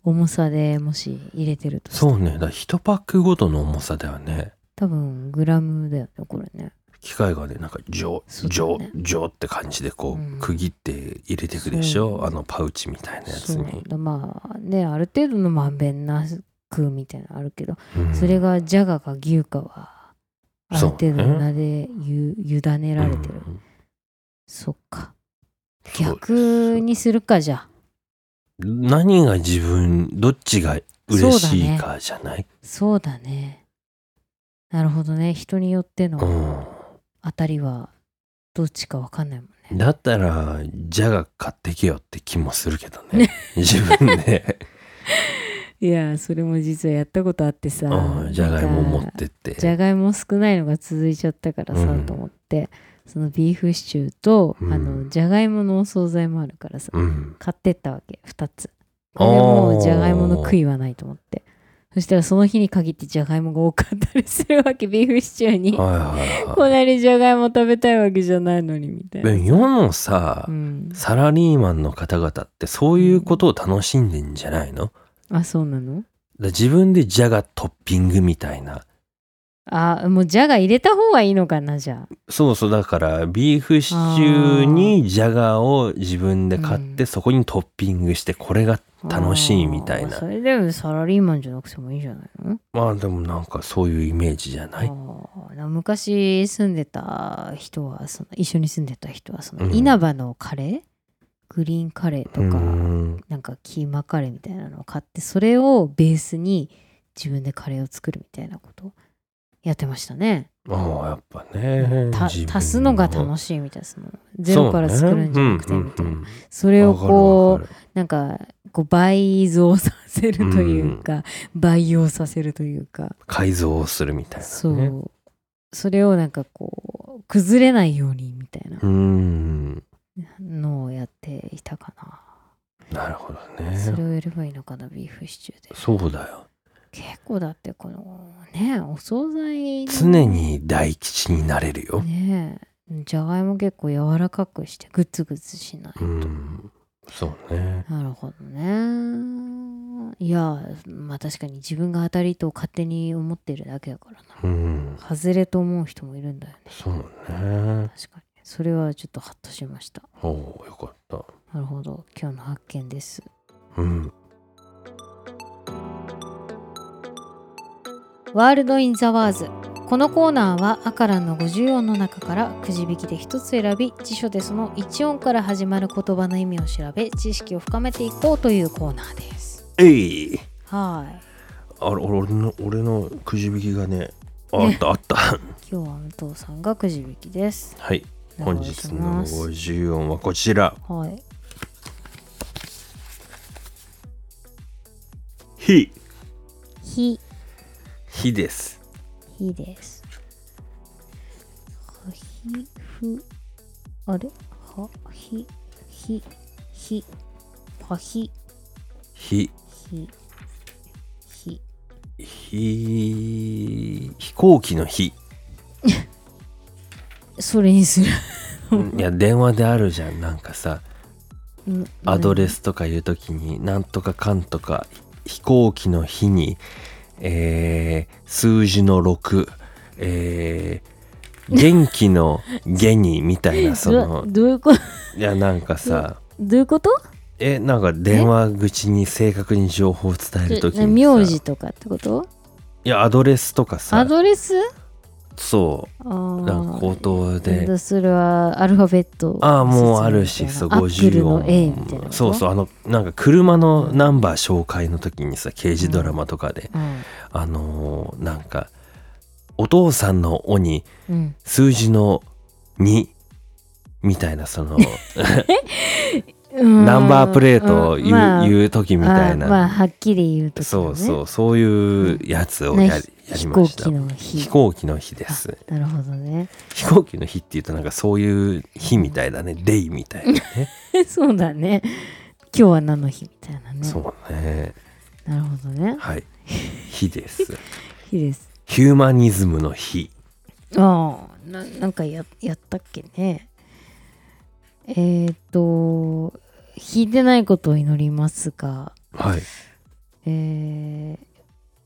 Speaker 2: 重さでもし入れてるとしたら
Speaker 1: そうねだ1パックごとの重さだよね
Speaker 2: 多分グラムだよねこれね
Speaker 1: 機械がねなんかジョ
Speaker 2: そう
Speaker 1: ジ
Speaker 2: だ
Speaker 1: ョ
Speaker 2: ね
Speaker 1: ジョって感じでこ
Speaker 2: うん
Speaker 1: う区切って入れていくでし
Speaker 2: そ
Speaker 1: ょ、
Speaker 2: う
Speaker 1: あのパウチみたいなやつ
Speaker 2: そうなん
Speaker 1: に、
Speaker 2: だまあねある程度のまんべんなくみたいなのあるけど、
Speaker 1: うん
Speaker 2: それがじゃがか牛かはある程度
Speaker 1: そうね
Speaker 2: 名でゆ、委ねられてる、
Speaker 1: うん
Speaker 2: そっか
Speaker 1: そう
Speaker 2: 逆にするかじゃあ
Speaker 1: 何が自分どっちが嬉しいかじゃない
Speaker 2: そうだねなるほどね人によって
Speaker 1: う,、
Speaker 2: の当たりはどっちかわかんないもんね
Speaker 1: んだったらじゃが買ってけよって気もするけどね自分 で、
Speaker 2: いやそれも実はやったことあってさ
Speaker 1: うん、じゃがいも持
Speaker 2: なん
Speaker 1: っ
Speaker 2: か
Speaker 1: てっ
Speaker 2: じ
Speaker 1: て
Speaker 2: ゃがいも少ないのが続いちゃったからさ、
Speaker 1: うん
Speaker 2: と思ってそのビーフシチューと、
Speaker 1: うん
Speaker 2: あのじゃがいものお惣菜もあるからさ
Speaker 1: うん
Speaker 2: 買ってったわけ2つ
Speaker 1: あ
Speaker 2: で
Speaker 1: ー
Speaker 2: もうじゃがいもの悔いはないと思ってそしたらその日に限ってじゃがいもが多かったりするわけビーフシチューに
Speaker 1: はいはい
Speaker 2: こ
Speaker 1: は
Speaker 2: なりじゃがいも食べたいわけじゃないのにみたい
Speaker 1: い
Speaker 2: な
Speaker 1: でも世のさ、
Speaker 2: うん
Speaker 1: サラリーマンの方々ってそういうことを楽しんでんじゃないのだか
Speaker 2: あそうなの
Speaker 1: ら自分でじゃがトッピングみたいな
Speaker 2: あもうじゃが入れた方がいいのかなじゃあ
Speaker 1: そうそうだからビーフシチューにジャガーを自分で買っ
Speaker 2: う
Speaker 1: てそこにトッピングしてこれが楽しいみたい
Speaker 2: あー
Speaker 1: な
Speaker 2: それでもサラリーマンじゃなくてもいいじゃないの
Speaker 1: まあでもなんかそういうイメージじゃない
Speaker 2: あー昔住んでた人はその一緒に住んでた人はその
Speaker 1: うん
Speaker 2: 稲葉のカレー、グリーンカレーと
Speaker 1: う
Speaker 2: か、
Speaker 1: ん
Speaker 2: なんかキーマカレーみたいなのを買ってそれをベースに自分でカレーを作るみたいなことやってましたね
Speaker 1: ああやっぱね
Speaker 2: た
Speaker 1: 自分
Speaker 2: 足すのが楽しいみたいなそのゼロから作るんじゃなくてみたいなそ,、れをこう
Speaker 1: うね
Speaker 2: なんかこう倍増させるというか、培養させるというか、
Speaker 1: 改造をするみたいなね
Speaker 2: そう、それをなんかこう崩れないようにみたいな
Speaker 1: うん
Speaker 2: のをやっていたか
Speaker 1: なるほど
Speaker 2: な、それ
Speaker 1: ね
Speaker 2: をやればいいのかなビーフシチューで
Speaker 1: そうだよ
Speaker 2: 結構だってこのねお惣菜の
Speaker 1: 常に大吉になれるよ
Speaker 2: ねじゃがいも結構柔らかくしてグツグツしないと、
Speaker 1: うんそうね
Speaker 2: なるほどねいやまあ確かに自分が当たりと勝手に思ってるだけだからな
Speaker 1: うん
Speaker 2: 外れと思う人もいるんだよね
Speaker 1: そうね
Speaker 2: 確かにそれはちょっとハッとしました
Speaker 1: おおよかった
Speaker 2: なるほど今日の発見です
Speaker 1: うん
Speaker 2: ワールド・イン・ザ・ワーズこのコーナーはアカランの50音の中からくじ引きで1つ選び辞書でその1音から始まる言葉の意味を調べ知識を深めていこうというコーナーです
Speaker 1: えい
Speaker 2: は
Speaker 1: あれ俺の俺のくじ引きがねあったあっ た
Speaker 2: い今日は武藤さんがくじ引きです
Speaker 1: はい
Speaker 2: お
Speaker 1: 本
Speaker 2: 願いし
Speaker 1: 日
Speaker 2: ま
Speaker 1: の
Speaker 2: す
Speaker 1: 50音はこちら
Speaker 2: はい
Speaker 1: 「ひ
Speaker 2: 「ひ」」
Speaker 1: ひです
Speaker 2: 「ひ」ですはひふあれはひひひはひ
Speaker 1: 「
Speaker 2: ひ
Speaker 1: ひ
Speaker 2: ひ」
Speaker 1: ひ飛行機の 日
Speaker 2: それにする
Speaker 1: いや電話であるじゃんなんかさ
Speaker 2: うん
Speaker 1: アドレスとかいう時になんとかかんとか飛行機の日にえー数字の6えー元気の「元に」みたいなそ
Speaker 2: ど
Speaker 1: の
Speaker 2: どういうこと
Speaker 1: いやなんかさ
Speaker 2: どういうこと
Speaker 1: えなんか電話口に正確に情報を伝えるときにさ
Speaker 2: 名字とかってこと
Speaker 1: いやアドレスとか
Speaker 2: ア
Speaker 1: さ
Speaker 2: ドレス
Speaker 1: そ
Speaker 2: あ
Speaker 1: うなんか
Speaker 2: ー
Speaker 1: 口頭で
Speaker 2: それはアルファベット
Speaker 1: ああもうあるしそう
Speaker 2: アップル
Speaker 1: 50
Speaker 2: の A みたいなこ
Speaker 1: 音
Speaker 2: と
Speaker 1: そうそうあのなんか車のナンバー紹介の時にさ刑事ドラマとかで、
Speaker 2: うん、
Speaker 1: あのーなんかお父さんの「お」に
Speaker 2: うん、
Speaker 1: 数字の「2」みたいなその
Speaker 2: ナ
Speaker 1: ナンバープレートを言う,、
Speaker 2: まあ
Speaker 1: 言う時みたいな、
Speaker 2: あまあはっきり言うと
Speaker 1: そうそうそういうやつを
Speaker 2: ね
Speaker 1: やり,、やり
Speaker 2: 飛
Speaker 1: ま
Speaker 2: 行
Speaker 1: した
Speaker 2: 機の日
Speaker 1: 飛行機の日です
Speaker 2: あなるほどね
Speaker 1: 飛行機の日っていうとなんかそういう日みたいだねデイみたいなね
Speaker 2: そうだね今日は何の日みたいなね
Speaker 1: そうね
Speaker 2: なるほどね
Speaker 1: はい日です
Speaker 2: 日です
Speaker 1: ヒューマニズムの日
Speaker 2: ああななんかややったっけねえーっ、と引いてないことを祈りますが
Speaker 1: はい
Speaker 2: え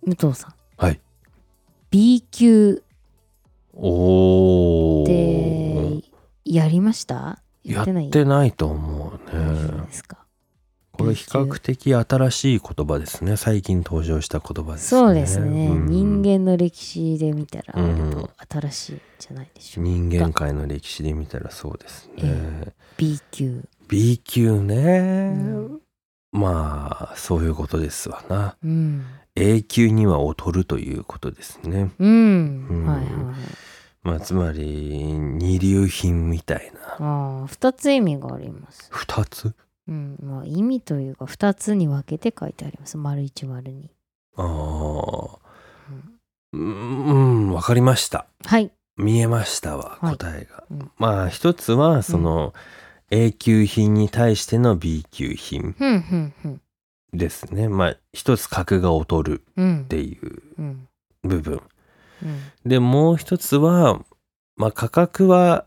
Speaker 2: ー、武藤さん
Speaker 1: はい
Speaker 2: B 級
Speaker 1: お
Speaker 2: っ
Speaker 1: ー
Speaker 2: てやりましたや
Speaker 1: や
Speaker 2: ってない
Speaker 1: ってないと思う
Speaker 2: 大丈夫
Speaker 1: ね
Speaker 2: ですか
Speaker 1: これ比較的新しい言葉ですね最近登場した言葉ですね
Speaker 2: そうですね、
Speaker 1: うん
Speaker 2: 人間の歴史で見たら、
Speaker 1: うん
Speaker 2: やっぱ新しいんじゃないでしょうか
Speaker 1: 人間界の歴史で見たらそうですね、
Speaker 2: え B 級、
Speaker 1: B 級
Speaker 2: う
Speaker 1: ね、
Speaker 2: ん
Speaker 1: まあそういうことですわな
Speaker 2: うん
Speaker 1: A 級には劣るということですね
Speaker 2: うん
Speaker 1: うん
Speaker 2: はいはい
Speaker 1: まあつまり二流品みたい
Speaker 2: あ
Speaker 1: な
Speaker 2: あ2つ意味があります、
Speaker 1: 二つ
Speaker 2: うんまあ、意味というか2つに分けて書いてあります丸一丸に、
Speaker 1: ああ
Speaker 2: うん
Speaker 1: うんうんわかりました
Speaker 2: はい
Speaker 1: 見えましたわ
Speaker 2: はい
Speaker 1: 答えが、
Speaker 2: うん
Speaker 1: まあ一つはその A 級品に対しての B 級品
Speaker 2: ふんふんふん
Speaker 1: ですねまあ一つ格が劣る
Speaker 2: うん
Speaker 1: っていう
Speaker 2: うん
Speaker 1: 部分
Speaker 2: うん
Speaker 1: でもう一つはまあ価格は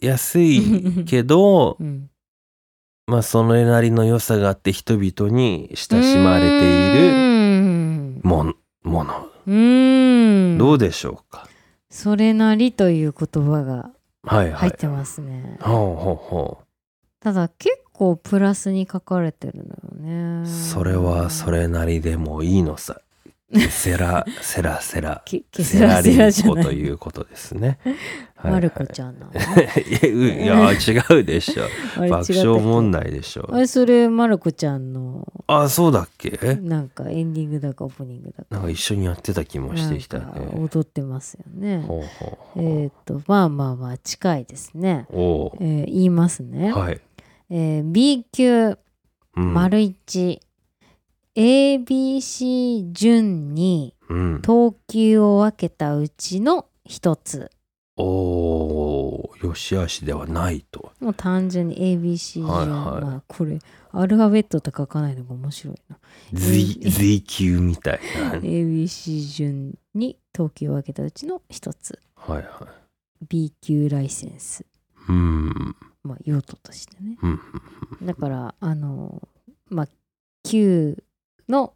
Speaker 1: 安 いけど
Speaker 2: うん
Speaker 1: まあそれなりの良さがあって人々に親しまれている
Speaker 2: うん
Speaker 1: もんもの
Speaker 2: うん
Speaker 1: どうでしょうか、
Speaker 2: それなりという言葉が
Speaker 1: はいは
Speaker 2: 入
Speaker 1: い
Speaker 2: ってますね、
Speaker 1: ほうほうほ
Speaker 2: ただ結構プラスに書かれてるのよ
Speaker 1: う
Speaker 2: ね
Speaker 1: それはそれなりでもいいのさセラセラセラ
Speaker 2: けけ
Speaker 1: セ
Speaker 2: せ
Speaker 1: ラ
Speaker 2: ら
Speaker 1: リ
Speaker 2: せらじゃ
Speaker 1: ンコ
Speaker 2: ない
Speaker 1: ということですね。はい
Speaker 2: マルコちゃんなの、
Speaker 1: いやういや違うでしょ。
Speaker 2: あれ違ったっ
Speaker 1: 爆
Speaker 2: け
Speaker 1: 笑問題でしょ
Speaker 2: あ。れそれマルコちゃんの
Speaker 1: あそうだっけ？
Speaker 2: なんかエンディングだかオープニングだか
Speaker 1: なんか一緒にやってた気もしてきた
Speaker 2: なんか
Speaker 1: ね。
Speaker 2: 踊ってますよね
Speaker 1: ほうほう
Speaker 2: え
Speaker 1: ほ
Speaker 2: ーっ、とまあまあまあ近いですね、
Speaker 1: う。お
Speaker 2: えー言いますね、
Speaker 1: お。はい。
Speaker 2: えー B 級
Speaker 1: うん
Speaker 2: 丸一 ABC 順に
Speaker 1: うん。
Speaker 2: 等級を分けたうちの一つ
Speaker 1: おおー。よしあしではないと。
Speaker 2: もう単純に ABC 順、
Speaker 1: はいはい
Speaker 2: まあこれアルファベットとか書かないのが面白いな
Speaker 1: Z Z 級みたいな。はい
Speaker 2: ABC 順に等級を分けたうちの一つ
Speaker 1: はい。
Speaker 2: B 級ライセンス
Speaker 1: うん
Speaker 2: まあ用途としてね
Speaker 1: うん
Speaker 2: だからあのまあ Q の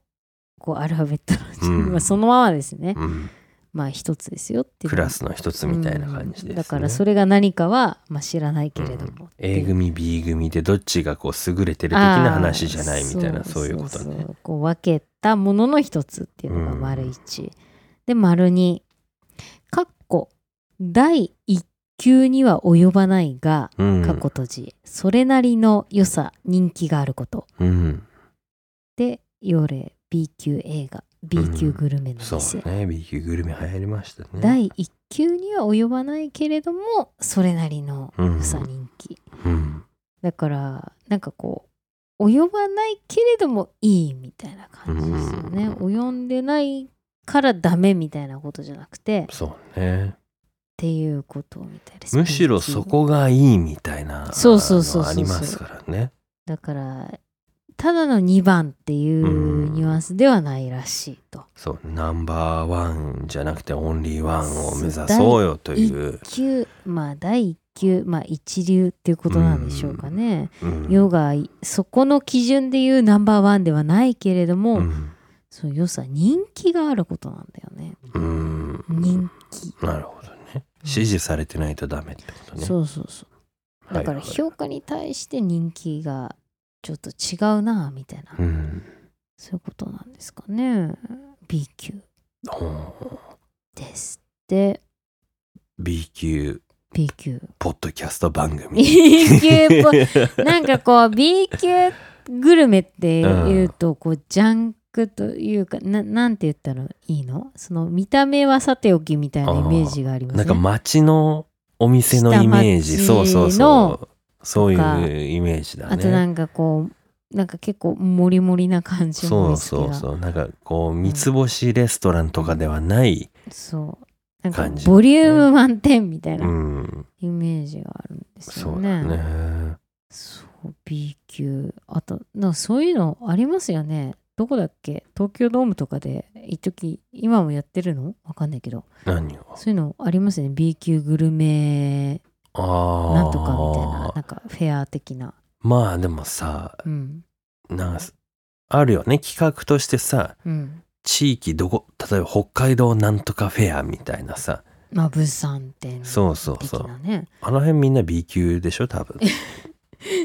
Speaker 2: こうアルファベットのうち、
Speaker 1: うん
Speaker 2: まあそのままですね、
Speaker 1: うん。
Speaker 2: まあ一つですよっていう
Speaker 1: クラスの一つみたいな感じです、
Speaker 2: う
Speaker 1: ね
Speaker 2: んだからそれが何かは、まあ、知らないけれども、
Speaker 1: A 組 B 組でどっちがこう優れてる的な話じゃないみたい
Speaker 2: あ
Speaker 1: な
Speaker 2: ー
Speaker 1: そういうことね
Speaker 2: そうそうこう分けたものの一つっていうのが丸一、で丸二かっこ第一級には及ばないが
Speaker 1: うん
Speaker 2: かっこ閉じそれなりの良さ人気があること
Speaker 1: うん
Speaker 2: で要例 B 級映画 B 級グルメの
Speaker 1: そ
Speaker 2: 店、
Speaker 1: うね B 級グルメ流行りましたね
Speaker 2: 第一級には及ばないけれどもそれなりの
Speaker 1: うん
Speaker 2: 良さ人気、
Speaker 1: うん
Speaker 2: だからなんかこう及ばないけれどもいいみたいな感じですよね、
Speaker 1: うん
Speaker 2: 及んでないからダメみたいなことじゃなくてっ
Speaker 1: そうね
Speaker 2: ていうことみたいです
Speaker 1: むしろそこがいいみたいな
Speaker 2: そうそうそうそう
Speaker 1: のありますからね
Speaker 2: だからただの2番っていううんニュアンスではないらしいと、
Speaker 1: そうナンバーワンじゃなくてオンリーワンを目指そうよという、
Speaker 2: 級まあ第1級まあ一流っていうことなんでしょうかね、
Speaker 1: うん
Speaker 2: ヨガそこの基準でいうナンバーワンではないけれども、
Speaker 1: うん
Speaker 2: その良さ人気があることなんだよね
Speaker 1: うん
Speaker 2: 人気、
Speaker 1: なるほどね支持されてないとダメってことね
Speaker 2: そうそうそうだから
Speaker 1: はいはい
Speaker 2: 評価に対して人気がちょっと違うなみたいな、
Speaker 1: うん
Speaker 2: そういうことなんですかね B 級
Speaker 1: ほう
Speaker 2: ですで
Speaker 1: B 級
Speaker 2: B 級
Speaker 1: ポッドキャスト番組
Speaker 2: B 級っぽいなんかこう B 級グルメっていうとこうジャンクというかななんて言ったらいいのその見た目はさておきみたいなイメージがあります ね
Speaker 1: なんか街のお店のイメージ、
Speaker 2: 下町
Speaker 1: そうそうそそういうイメージだね
Speaker 2: あとなんかこうなんか結構モリモリな感じも
Speaker 1: そ
Speaker 2: 好
Speaker 1: う
Speaker 2: き
Speaker 1: そ
Speaker 2: そう
Speaker 1: うそうなんかこう三つ星レストランとかではない、
Speaker 2: そうなんか
Speaker 1: 感じ
Speaker 2: ボリューム満点みたいうなんイメージがあるんです
Speaker 1: そ
Speaker 2: よ
Speaker 1: う
Speaker 2: ね,、
Speaker 1: だね
Speaker 2: そう B 級あとなんかそういうのありますよねどこだっけ東京ドームとかで一時今もやってるのわかんないけど
Speaker 1: 何を
Speaker 2: そういうのありますよね B 級グルメ
Speaker 1: ああ
Speaker 2: なんとかみたいななんかフェア的な
Speaker 1: まあでもさ
Speaker 2: うん
Speaker 1: なんかあるよね企画としてさ
Speaker 2: うん
Speaker 1: 地域どこ例えば北海道なんとかフェアみたいなさ
Speaker 2: まあ物産展的
Speaker 1: そうそうそう
Speaker 2: なね
Speaker 1: あの辺みんな B 級でしょ多分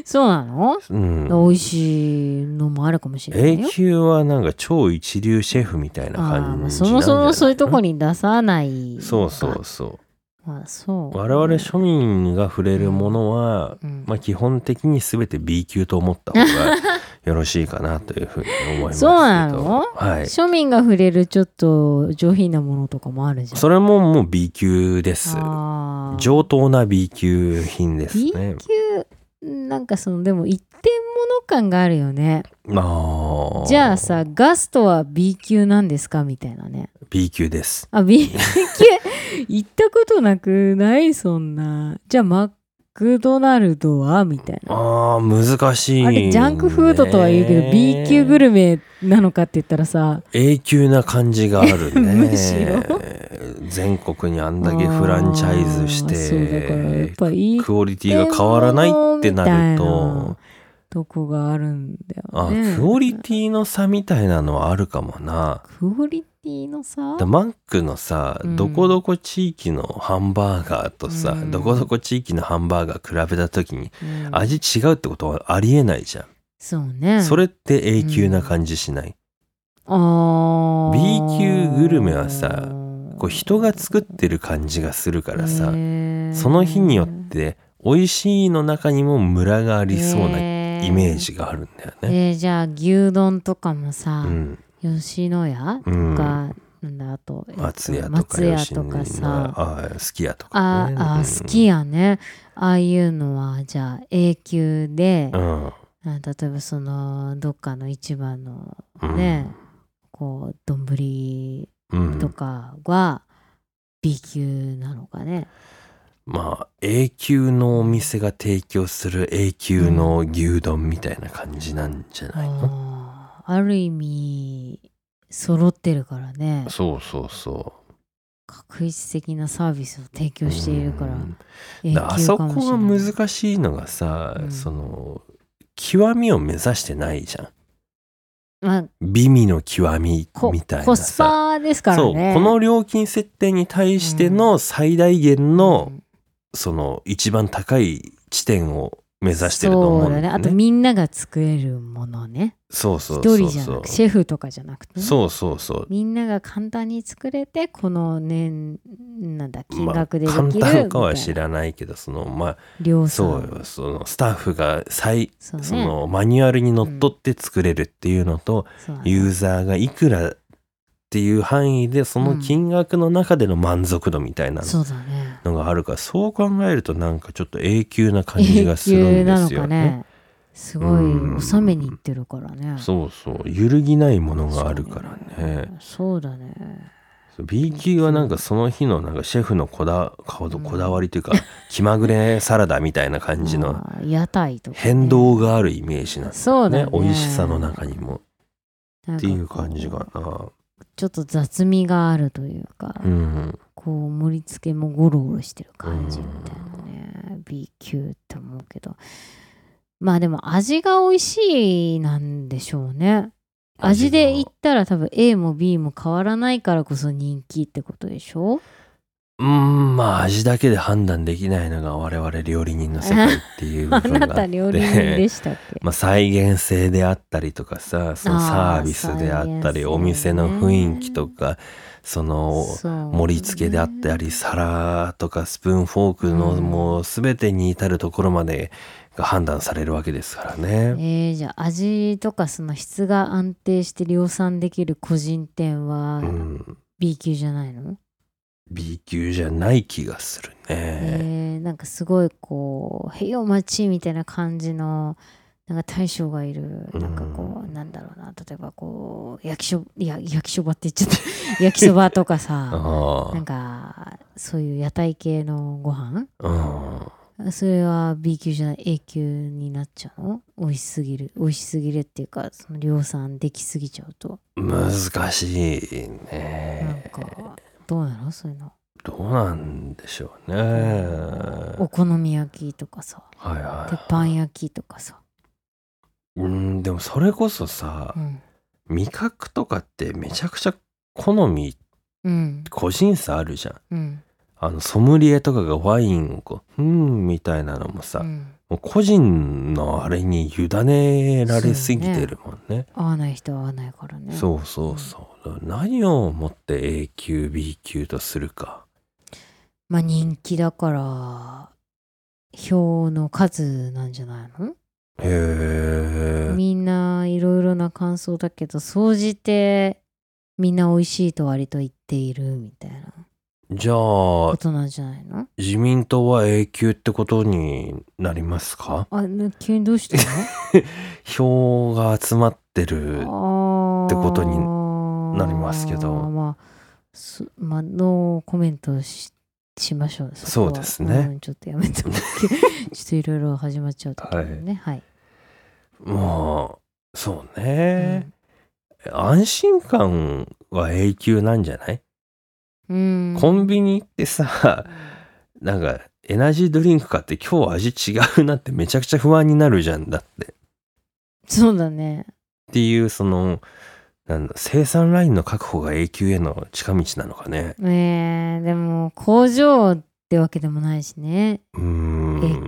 Speaker 2: そうなの、
Speaker 1: うん
Speaker 2: 美味しいのもあるかもしれない
Speaker 1: A
Speaker 2: よ
Speaker 1: 級はなんか超一流シェフみたいな
Speaker 2: あー
Speaker 1: 感じ
Speaker 2: ま
Speaker 1: なん
Speaker 2: あ
Speaker 1: じ
Speaker 2: そもそもそういうとこ
Speaker 1: に
Speaker 2: に出さない
Speaker 1: そうそうそう
Speaker 2: まあそう
Speaker 1: 我々庶民が触れるものは、
Speaker 2: うん
Speaker 1: まあ、基本的に全て B 級と思った方がよろしいかなというふうに思いますけど
Speaker 2: そうなの
Speaker 1: はい
Speaker 2: 庶民が触れるちょっと上品なものとかもあるじゃん
Speaker 1: それももう B 級です
Speaker 2: あー
Speaker 1: 上等な B 級品です
Speaker 2: B
Speaker 1: ね
Speaker 2: 級なんかそのでも一点物感があるよね
Speaker 1: ああ
Speaker 2: じゃあさガストは B 級なんですかみたいなね
Speaker 1: B 級です
Speaker 2: あ B 級 行ったことなくないそんなじゃあマクドナルドはみたいな
Speaker 1: あー難しい、ね、
Speaker 2: あれジャンクフードとは言うけど B 級グルメなのかって言ったらさ
Speaker 1: A 級な感じがあるね
Speaker 2: むしろ
Speaker 1: 全国にあんだけフランチャイズし
Speaker 2: あーそうだからやってぱいい
Speaker 1: クオリティが変わらないってな
Speaker 2: でもみ
Speaker 1: る
Speaker 2: たい
Speaker 1: と
Speaker 2: なとこがあるんだよ
Speaker 1: あ、
Speaker 2: ね
Speaker 1: クオリティの差みたいなのはあるかもな。
Speaker 2: クオリティのさ
Speaker 1: だマックのさ、
Speaker 2: うん
Speaker 1: どこどこ地域のハンバーガーとさ、
Speaker 2: うん
Speaker 1: どこどこ地域のハンバーガー比べた時に
Speaker 2: うん
Speaker 1: 味違うってことはありえないじゃん。
Speaker 2: そうね
Speaker 1: それって A 級な感じしない。
Speaker 2: あ
Speaker 1: B 級グルメはさこう人が作ってる感じがするからさ、その日によって美味しいの中にもムラがあ
Speaker 2: あ
Speaker 1: りそうなイ
Speaker 2: イ
Speaker 1: メージがあるんだよね。
Speaker 2: えーじゃあ牛丼とかもさ、
Speaker 1: うん。
Speaker 2: 吉野家と
Speaker 1: うん
Speaker 2: か、なんだあと、えっと
Speaker 1: 松屋とか
Speaker 2: 松屋
Speaker 1: 吉
Speaker 2: と
Speaker 1: 野
Speaker 2: か
Speaker 1: 家
Speaker 2: さあ
Speaker 1: ああ、好きやとか、
Speaker 2: あ
Speaker 1: ね。
Speaker 2: ー好きやねああいうのはじゃあ A 級で、
Speaker 1: うん。
Speaker 2: あ例えばそのどっかの市場の
Speaker 1: うん
Speaker 2: ね、こう丼
Speaker 1: うん
Speaker 2: とかは B 級なのかね、
Speaker 1: まあ A 級のお店が提供する A 級の牛丼みたいな感じなんじゃないの、
Speaker 2: あーある意味揃ってるからね
Speaker 1: そうそうそ
Speaker 2: 確一的なサービスを提
Speaker 1: う
Speaker 2: 供しているから
Speaker 1: うんだ
Speaker 2: 永久かも
Speaker 1: あ
Speaker 2: しれ
Speaker 1: そ
Speaker 2: ない
Speaker 1: こが難しいのがさ、
Speaker 2: うん
Speaker 1: その極みを目指してないじゃん
Speaker 2: まあ
Speaker 1: 美味の極み
Speaker 2: こ
Speaker 1: みたいな
Speaker 2: コス
Speaker 1: さ
Speaker 2: パですから
Speaker 1: そう
Speaker 2: ね
Speaker 1: この料金設定に対しての最大限の、
Speaker 2: うん
Speaker 1: その一番高い地点を目指してると思うんだよね
Speaker 2: そうだねあとみんなが作れるものね
Speaker 1: そうそ
Speaker 2: 一
Speaker 1: うそうそ
Speaker 2: 人
Speaker 1: う
Speaker 2: じゃなくシェフとかじゃなくてね、
Speaker 1: そうそうそう
Speaker 2: みんなが簡単に作れてこの年なんだ金額でできる、
Speaker 1: まあ、
Speaker 2: み
Speaker 1: 簡
Speaker 2: たい
Speaker 1: 単
Speaker 2: な
Speaker 1: かは知らないけどそのま
Speaker 2: 量
Speaker 1: あ
Speaker 2: 産
Speaker 1: そうよそのスタッフが最
Speaker 2: そうね
Speaker 1: そのマニュアルにのっとって作れるっていうのと、
Speaker 2: そうだね
Speaker 1: ユーザーがいくらっていう範囲でその金額の中での満足度みたいな
Speaker 2: そうだね
Speaker 1: のがあるからそう考えるとなんかちょっと永久な感じがする
Speaker 2: 永
Speaker 1: んですよ
Speaker 2: 久なの
Speaker 1: ね。
Speaker 2: かねすご
Speaker 1: うん
Speaker 2: い収めにいってるからね
Speaker 1: そうそう揺るぎないものがあるからね。
Speaker 2: そうだね
Speaker 1: B 級はなんかその日のなんかシェフのこだ顔とこだわりというか気まぐれサラダみたいな感じの
Speaker 2: まあ屋台とかね、
Speaker 1: 変動があるイメージなんです
Speaker 2: そうだ
Speaker 1: ね
Speaker 2: ね
Speaker 1: 美味しさの中にも
Speaker 2: っ
Speaker 1: っていう感じかな
Speaker 2: ちょっと雑味があるというか、
Speaker 1: うん
Speaker 2: こう盛り付けもゴロゴロしてる感じみたいなね、B 級って思うけどまあでも味が美味しいなんでしょうね味で言ったら多分 A も B も変わらないからこそ人気ってことでしょ
Speaker 1: うんまあ味だけで判断できないのが我々料理人の世界っていう部
Speaker 2: あ
Speaker 1: 分があ
Speaker 2: な
Speaker 1: って
Speaker 2: た料理人でしたっけ、
Speaker 1: まあ再現性であったりとかさそのサービスであったり
Speaker 2: あー再現性ね
Speaker 1: お店の雰囲気とかその
Speaker 2: そう
Speaker 1: 盛り付けであったり皿とかスプーンフォークの
Speaker 2: うん
Speaker 1: もう全てに至るところまでが判断されるわけですからね。
Speaker 2: えー、じゃあ味とかその質が安定して量産できる個人店は
Speaker 1: うん
Speaker 2: B 級じゃないの、
Speaker 1: B 級じゃない気がするね。
Speaker 2: えーなんかすごいこう「へいよ待ち」みたいな感じのなんか大将がいる
Speaker 1: うん
Speaker 2: なんかこう、なんだろうな例えばこう焼きそばいや焼きそばって言っちゃった 焼きそばとかさ
Speaker 1: あ
Speaker 2: なんかそういう屋台系のご飯
Speaker 1: あ、うん。
Speaker 2: それは B 級じゃない A 級になっちゃうの美味しすぎる美味しすぎるっていうかその量産できすぎちゃうと
Speaker 1: 難し
Speaker 2: な
Speaker 1: い
Speaker 2: ん
Speaker 1: ね。
Speaker 2: かどうなのそういうの
Speaker 1: どうなんでしょうね。
Speaker 2: お好み焼きとかさ
Speaker 1: はいはい。
Speaker 2: 鉄板焼きとかさ、
Speaker 1: うん、でもそれこそさ
Speaker 2: う、ん
Speaker 1: 味覚とかってめちゃくちゃ好み、
Speaker 2: うん
Speaker 1: 個人差あるじゃん。
Speaker 2: うん
Speaker 1: あの、ソムリエとかがワインをこう、うん、みたいなのもさ、
Speaker 2: うん
Speaker 1: もう個人のあれに委ねられすぎてるもんね。
Speaker 2: 合わない人は合わないからね
Speaker 1: そうそうそう。何をもって A 級 B 級とするか。
Speaker 2: まあ人気だから票の数なんじゃないの、
Speaker 1: へえ。
Speaker 2: みんないろいろな感想だけど総じてみんな美味しいと割と言っているみたいな
Speaker 1: じゃあ
Speaker 2: こ、となんじゃないの
Speaker 1: 自民党は A 級ってことになりますか
Speaker 2: あな急にどう した
Speaker 1: 票が集まってる。
Speaker 2: の
Speaker 1: ってことに
Speaker 2: に
Speaker 1: なりますけど
Speaker 2: まあすまあノーコメントししましょうこは
Speaker 1: そうですね
Speaker 2: んちょっとやめ てもらってちょっといろいろ始まっちゃうと思うねはい、
Speaker 1: もう、そう
Speaker 2: う
Speaker 1: ね
Speaker 2: ん。
Speaker 1: 安心感は A 級なんじゃない
Speaker 2: うん
Speaker 1: コンビニってさ、なんかエナジードリンク買って今日味違うなってめちゃくちゃ不安になるじゃんだって。っ
Speaker 2: そうだね。
Speaker 1: ていうそのなんだ生産ラインの確保が A 級への近道なのかね。
Speaker 2: えー、でも工場ってわけでもないしね。
Speaker 1: うー ん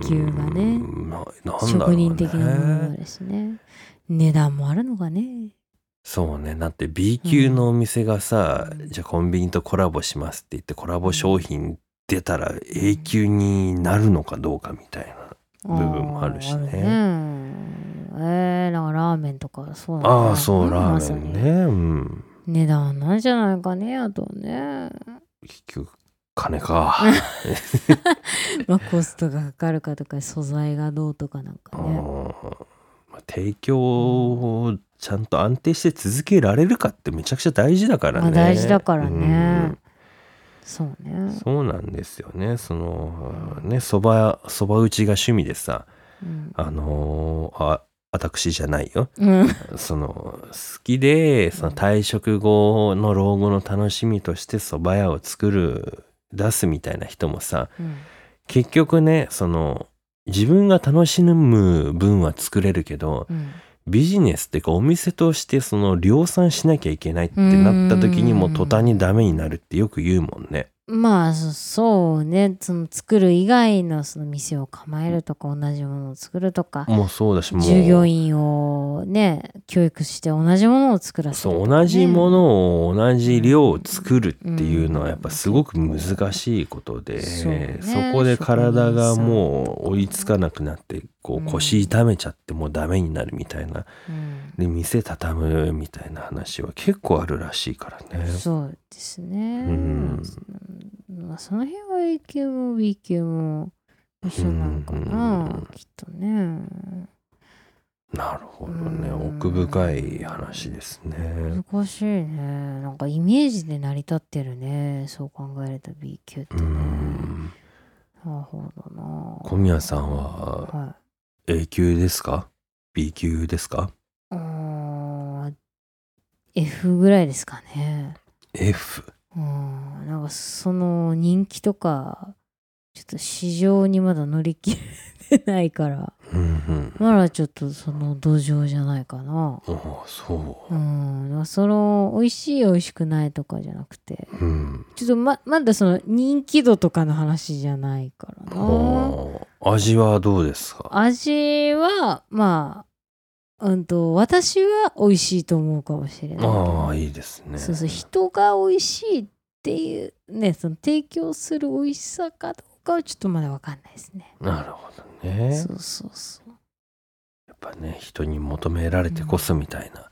Speaker 2: A 級がね
Speaker 1: ななんだろ
Speaker 2: 職
Speaker 1: うね
Speaker 2: 人的なものもあるしね。値段もあるのかね。
Speaker 1: そうねだって B 級のお店がさ、
Speaker 2: うん
Speaker 1: じゃあコンビニとコラボしますって言ってコラボ商品出たら A 級になるのかどうかみたいな。部分もあるしね
Speaker 2: あーあるねえー、なんかラーメンとかそうなのかな
Speaker 1: ああそうラ
Speaker 2: ま
Speaker 1: ー
Speaker 2: さ
Speaker 1: メン
Speaker 2: に
Speaker 1: ね。うん
Speaker 2: 値段はないんじゃないかね、あとね。
Speaker 1: 結局金か。
Speaker 2: まあコストがかかるかとか、素材がどうとかなんか
Speaker 1: う
Speaker 2: ね。
Speaker 1: んまあ提供をちゃんと安定して続けられるかってめちゃくちゃ大事だから
Speaker 2: ま
Speaker 1: ね。
Speaker 2: あ大事だから
Speaker 1: うん
Speaker 2: ね。そうね。
Speaker 1: そうなんですよね。そのねそばそば打ちが趣味でさ、
Speaker 2: うん。
Speaker 1: あのーあ私じゃないよ。
Speaker 2: うん
Speaker 1: その好きでその退職後の老後の楽しみとしてそば屋を作る出すみたいな人もさ、
Speaker 2: うん
Speaker 1: 結局ねその自分が楽しむ分は作れるけど、
Speaker 2: うん
Speaker 1: ビジネスっていうかお店としてその量産しなきゃいけないってなった時にも
Speaker 2: うん
Speaker 1: 途端にダメになるってよく言うもんね。
Speaker 2: まあそそうねその作る以外のその店を構えるとか同じものを作るとか
Speaker 1: もうそうだしもう
Speaker 2: 従業員をね教育して同じものを作らせる
Speaker 1: そう
Speaker 2: とかね、
Speaker 1: 同じものを同じ量を作るっていうのはやっぱすごく難しいことで、
Speaker 2: うんそうね
Speaker 1: そこで体がもう追いつかなくなってこ
Speaker 2: うん
Speaker 1: う腰痛めちゃってもうダメになるみたいな
Speaker 2: うん、
Speaker 1: で店畳むみたいな話は結構あるらしいからね。
Speaker 2: そうですね、
Speaker 1: うん
Speaker 2: まあ、その辺は A 級も B 級も一緒なのかな、
Speaker 1: うん
Speaker 2: きっとね
Speaker 1: なるほどね
Speaker 2: うん
Speaker 1: 奥深い話ですね。
Speaker 2: 難しいねなんかイメージで成り立ってるねそう考えると B 級って
Speaker 1: う
Speaker 2: ね
Speaker 1: ん
Speaker 2: なるほどな
Speaker 1: 小宮さんは
Speaker 2: はい
Speaker 1: A 級ですか ?B 級ですか
Speaker 2: うーん F ぐらいですかね。
Speaker 1: ?F。
Speaker 2: うん、なんかその人気とか、ちょっと市場にまだ乗り切れてないから、
Speaker 1: うんうん。
Speaker 2: まだちょっとその土壌じゃないかな。
Speaker 1: ああ、そ
Speaker 2: うん、だからその美味しい美味しくないとかじゃなくて、
Speaker 1: う。うん。
Speaker 2: ちょっとままだその人気度とかの話じゃないからな。
Speaker 1: ああ味はどうですか
Speaker 2: 味は、まあ、うんと、私は美味しいと思うかもしれないけど。
Speaker 1: ああ、いいですね。
Speaker 2: そうそう人が美味しいっていうねその提供する美味しさかどうかはちょっとまだ分かんないですね。
Speaker 1: なるほどね。
Speaker 2: そうそうそう。
Speaker 1: やっぱね、人に求められてこそみたいな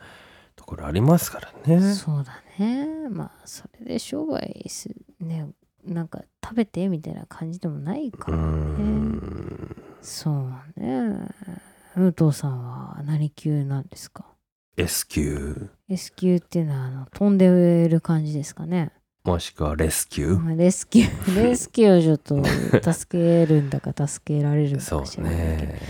Speaker 1: ところありますからね。
Speaker 2: そうだね。まあそれで商売すねなんか食べてみたいな感じでもないか
Speaker 1: うー
Speaker 2: らね
Speaker 1: ん
Speaker 2: そうね武藤さんは何級なんですか
Speaker 1: S 級
Speaker 2: S 級っていうのはあの飛んでる感じですかね
Speaker 1: もしくはレスキュー、
Speaker 2: まあレスキューレスキューをちょっと助けるんだか助けられるんだ
Speaker 1: そ
Speaker 2: か知
Speaker 1: う
Speaker 2: らないけど、
Speaker 1: ね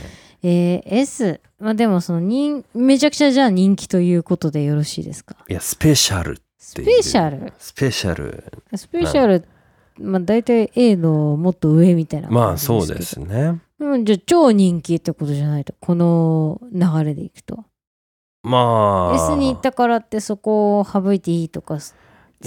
Speaker 2: えー S まあでもその人めちゃくちゃじゃあ人気ということでよろしいですか
Speaker 1: いやスペシャル
Speaker 2: スペシャル
Speaker 1: スペシャル
Speaker 2: スペシャル、まあ大体 A のもっと上みたいな感
Speaker 1: まあ
Speaker 2: じけど
Speaker 1: そうですね
Speaker 2: うん、じゃあ超人気ってことじゃないとこの流れでいくと
Speaker 1: まあ
Speaker 2: S に行ったからってそこを省いていいとか
Speaker 1: い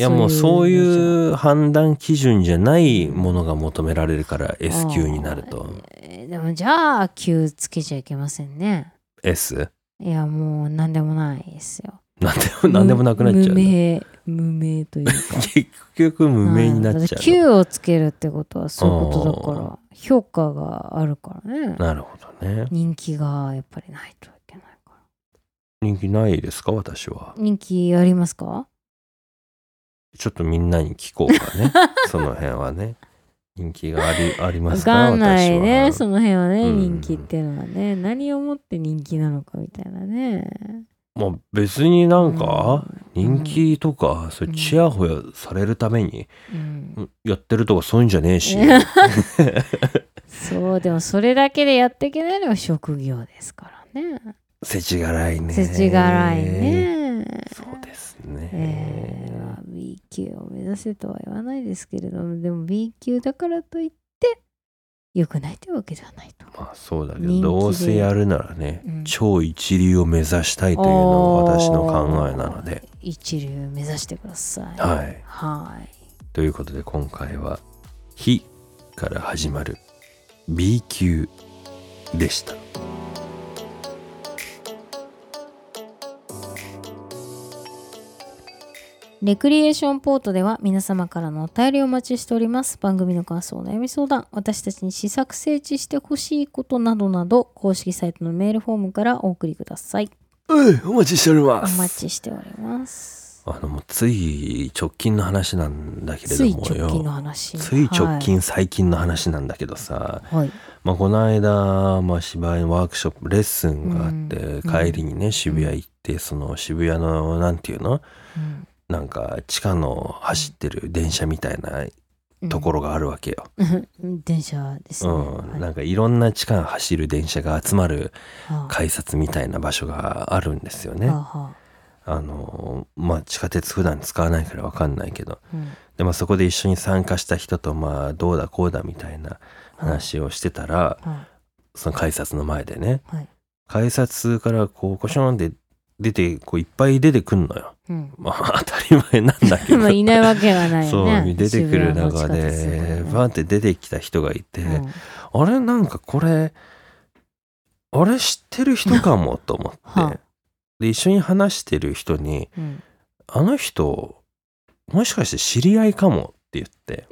Speaker 1: やもうそ
Speaker 2: う
Speaker 1: ういう判断基準じゃないものが求められるから S 級になると
Speaker 2: えーでもじゃあ級つけちゃいけませんね
Speaker 1: S
Speaker 2: いやもう何でもないです よ
Speaker 1: なんでもなんでもなくなっちゃ
Speaker 2: 無
Speaker 1: う
Speaker 2: 無
Speaker 1: ね
Speaker 2: 名無名というか
Speaker 1: 結局無名になっち
Speaker 2: ん
Speaker 1: ゃ
Speaker 2: だって
Speaker 1: う
Speaker 2: 9をつけるってことはそういうことだから評価があるからね
Speaker 1: なるほどね
Speaker 2: 人気がやっぱりないといけないから
Speaker 1: 人気ないですか私は
Speaker 2: 人気ありますか
Speaker 1: ちょっとみんなに聞こう かねその辺はね人気がありありま
Speaker 2: わ
Speaker 1: すか
Speaker 2: かんないね
Speaker 1: 私
Speaker 2: そ
Speaker 1: は
Speaker 2: の辺はね、
Speaker 1: うん
Speaker 2: 人気っていうのはね何をもって人気なのかみたいなね
Speaker 1: まあ別になんか
Speaker 2: うん
Speaker 1: 人気とかそういうチヤホヤされるために
Speaker 2: うん
Speaker 1: やってるとかそういうんじゃねえし
Speaker 2: そうでもそれだけでやっていけないのが職業ですからね
Speaker 1: 世知辛いね
Speaker 2: 世知辛いね
Speaker 1: そうですね、
Speaker 2: えーまあ B 級を目指せとは言わないですけれどもでも B 級だからといって良くないというわけではないと。
Speaker 1: まあそうだけど
Speaker 2: 人気で
Speaker 1: どうせやるならね、
Speaker 2: うん
Speaker 1: 超一流を目指したいというのが私の考えなので
Speaker 2: おー一流目指してください。
Speaker 1: はい
Speaker 2: はい
Speaker 1: ということで今回は「非」から始まる B 級でした
Speaker 2: レクリエーションポートでは皆様からのお便りをお待ちしております。番組の感想、お悩み相談、私たちに試作整地してほしいことなどなど、公式サイトのメールフォームからお送りください。
Speaker 1: うんお待ちしており
Speaker 2: お
Speaker 1: ます
Speaker 2: 待ちしております。
Speaker 1: あのもうつい直近の話なんだけれ
Speaker 2: つ
Speaker 1: ど
Speaker 2: い
Speaker 1: も
Speaker 2: 直近の
Speaker 1: よ
Speaker 2: 話。
Speaker 1: つい直近、最近の話なんだけど
Speaker 2: は
Speaker 1: さ、
Speaker 2: い。はい。
Speaker 1: まあ、この間、まあ、芝居のワークショップレッスンがあって、
Speaker 2: うん
Speaker 1: 帰りにね渋谷行ってその渋谷のなんていうのなんか地下の走ってる電車みたいなとこ
Speaker 2: ろ。
Speaker 1: ろがあるわけよ。
Speaker 2: 電車です
Speaker 1: う
Speaker 2: ね。
Speaker 1: ん
Speaker 2: はい
Speaker 1: なんかいろんな地下走る電車が集まる
Speaker 2: はあ
Speaker 1: 改札みたいな場所があるんですよね
Speaker 2: は。あは
Speaker 1: あのまあ地下鉄普段使わないからわかんないけど
Speaker 2: あうん
Speaker 1: で、まあ、そこで一緒に参加した人とまあどうだこうだみたいな話をしてたら
Speaker 2: は
Speaker 1: その改札の前でね
Speaker 2: いはい
Speaker 1: 改札からこうコションって出てこういっぱい出てくんのよ。
Speaker 2: うん
Speaker 1: まあ 当たり前なんだけ ど
Speaker 2: まあいないわけがない
Speaker 1: そ
Speaker 2: よ
Speaker 1: う
Speaker 2: ね。
Speaker 1: 出てくる中
Speaker 2: 渋谷の地下鉄とか
Speaker 1: で
Speaker 2: ね
Speaker 1: バンって出てきた人がいて、あれなんかこれあれ知ってる人かもと思
Speaker 2: は
Speaker 1: って
Speaker 2: あ
Speaker 1: で一緒に話してる人に
Speaker 2: うんうん
Speaker 1: 「あの人もしかして知り合いかも」って言って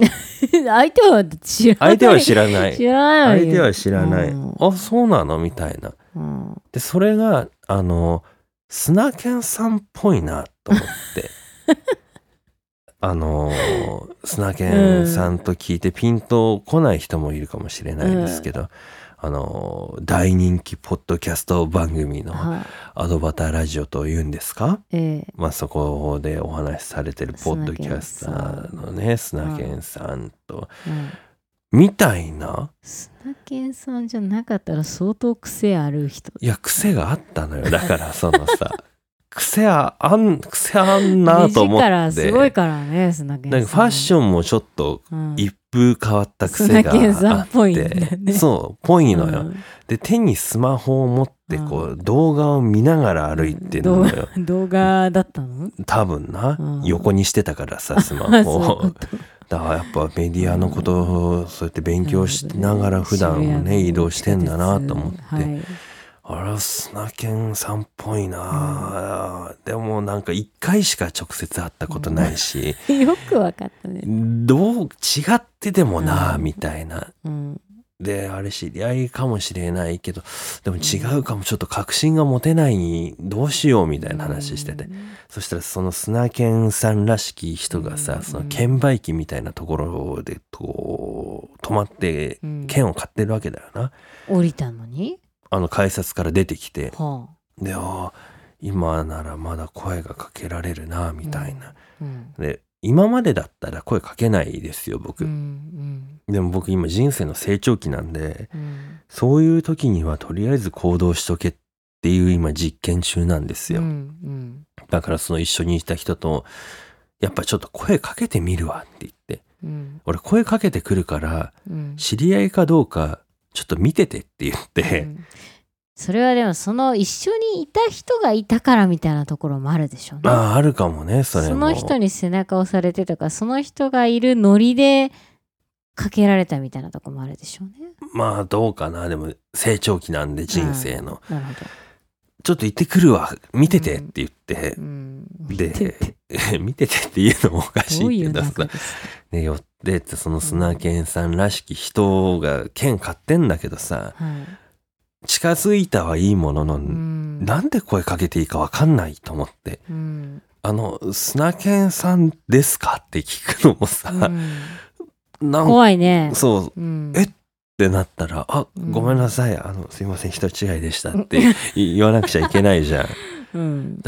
Speaker 2: 相手は知らない。
Speaker 1: 相手は知ら ない
Speaker 2: 知らない
Speaker 1: 相
Speaker 2: よ
Speaker 1: 手は知らない
Speaker 2: うん
Speaker 1: 「あそうなの?」みたいな
Speaker 2: うん
Speaker 1: でそれがあのスナケンさんっぽいなと思って あのスナケンさんと聞いてピンと来ない人もいるかもしれないですけど、あの大人気ポッドキャスト番組の
Speaker 2: はい
Speaker 1: 「アドバターラジオ」というんですか、
Speaker 2: ええ
Speaker 1: まあ、そこでお話しされてるポッドキャスターのねス
Speaker 2: ナ
Speaker 1: ナ
Speaker 2: ケ
Speaker 1: ケ
Speaker 2: ン
Speaker 1: ンさんと、
Speaker 2: うん
Speaker 1: みたいな
Speaker 2: スナケンさんじゃなかったら相当癖ある人
Speaker 1: いや癖があったのよだからそのさ 癖ああん癖あんなと思っ
Speaker 2: 目
Speaker 1: て
Speaker 2: 力すごいからねスナケンさ
Speaker 1: なんんかファッションもちょっと
Speaker 2: ョン
Speaker 1: 一風変わった
Speaker 2: ス
Speaker 1: 癖
Speaker 2: ナ
Speaker 1: が
Speaker 2: ケンさん
Speaker 1: あ
Speaker 2: っぽ
Speaker 1: っ
Speaker 2: いんだ
Speaker 1: て、
Speaker 2: ね
Speaker 1: そうぽいのよ、
Speaker 2: うん
Speaker 1: で手にスマホを持ってこう動画を見ながら歩いてるのよ、
Speaker 2: 動画だったの
Speaker 1: 多分な、
Speaker 2: うん
Speaker 1: 横にしてたから さスマホ
Speaker 2: そういうこ
Speaker 1: を
Speaker 2: と
Speaker 1: だからやっぱメディアのことをそうやって勉強しながら普段もね移動してんだなと思って、
Speaker 2: はい
Speaker 1: あら、スナケンさんっぽいな、でもなんか一回しか直接会ったことないし、
Speaker 2: よくわかったね
Speaker 1: どう違ってでもな、
Speaker 2: うん
Speaker 1: みたいな。
Speaker 2: うん
Speaker 1: で、あれ知り合いかもしれないけど、でも違うかも、ちょっと確信が持てない、どうしようみたいな話してて。そしたらその砂犬さんらしき人が
Speaker 2: う
Speaker 1: さ、
Speaker 2: ん
Speaker 1: その券売機みたいなところで、こう、止まって、
Speaker 2: うん、
Speaker 1: 券を買ってるわけだよな。
Speaker 2: 降りたのに、
Speaker 1: あの改札から出てきて。
Speaker 2: は
Speaker 1: で、あー今ならまだ声がかけられるな、みたいな。
Speaker 2: あ、うん
Speaker 1: で、今までだったら声かけないですよ、僕。
Speaker 2: うん
Speaker 1: でも僕今人生の成長期なんで、
Speaker 2: うんうん
Speaker 1: そういう時にはとりあえず行動しとけっていう今実験中なんですよ。
Speaker 2: うんうん
Speaker 1: だからその一緒にいた人と、やっぱちょっと声かけてみるわって言って、
Speaker 2: うん
Speaker 1: 俺声かけてくるから、
Speaker 2: うん
Speaker 1: 知り合いかどうかちょっと見ててって言って、
Speaker 2: うんそれはでもその一緒にいた人がいたからみたいなところもあるでしょうね。
Speaker 1: ああ、あるかもね、そ
Speaker 2: そ
Speaker 1: れも。
Speaker 2: の人に背中を押されてとかその人がいるノリでかけられたみたいなとこもあるでしょうね。
Speaker 1: まあどうかな、でも成長期なんで人生の。
Speaker 2: なるほど。
Speaker 1: ちょっと行ってくるわ、見ててって言って
Speaker 2: う、ん、
Speaker 1: で、見ててっていうのもおかし
Speaker 2: どう
Speaker 1: い
Speaker 2: い
Speaker 1: け
Speaker 2: う
Speaker 1: どさ
Speaker 2: 中。ですか
Speaker 1: で寄ってってその砂犬さんらしき人が剣買ってんだけどさ
Speaker 2: はい
Speaker 1: 近づいたはいいものの、
Speaker 2: うん
Speaker 1: なんで声かけていいかわかんないと思って
Speaker 2: うん
Speaker 1: 「あの砂犬さんですか?」って聞くのもさ、
Speaker 2: うん
Speaker 1: なんか
Speaker 2: 怖いね。
Speaker 1: そうっ
Speaker 2: うん
Speaker 1: えてなったら「あ
Speaker 2: うん
Speaker 1: ごめんなさいあのすいません人違いでした」って言わなくちゃいけないじゃん。
Speaker 2: うん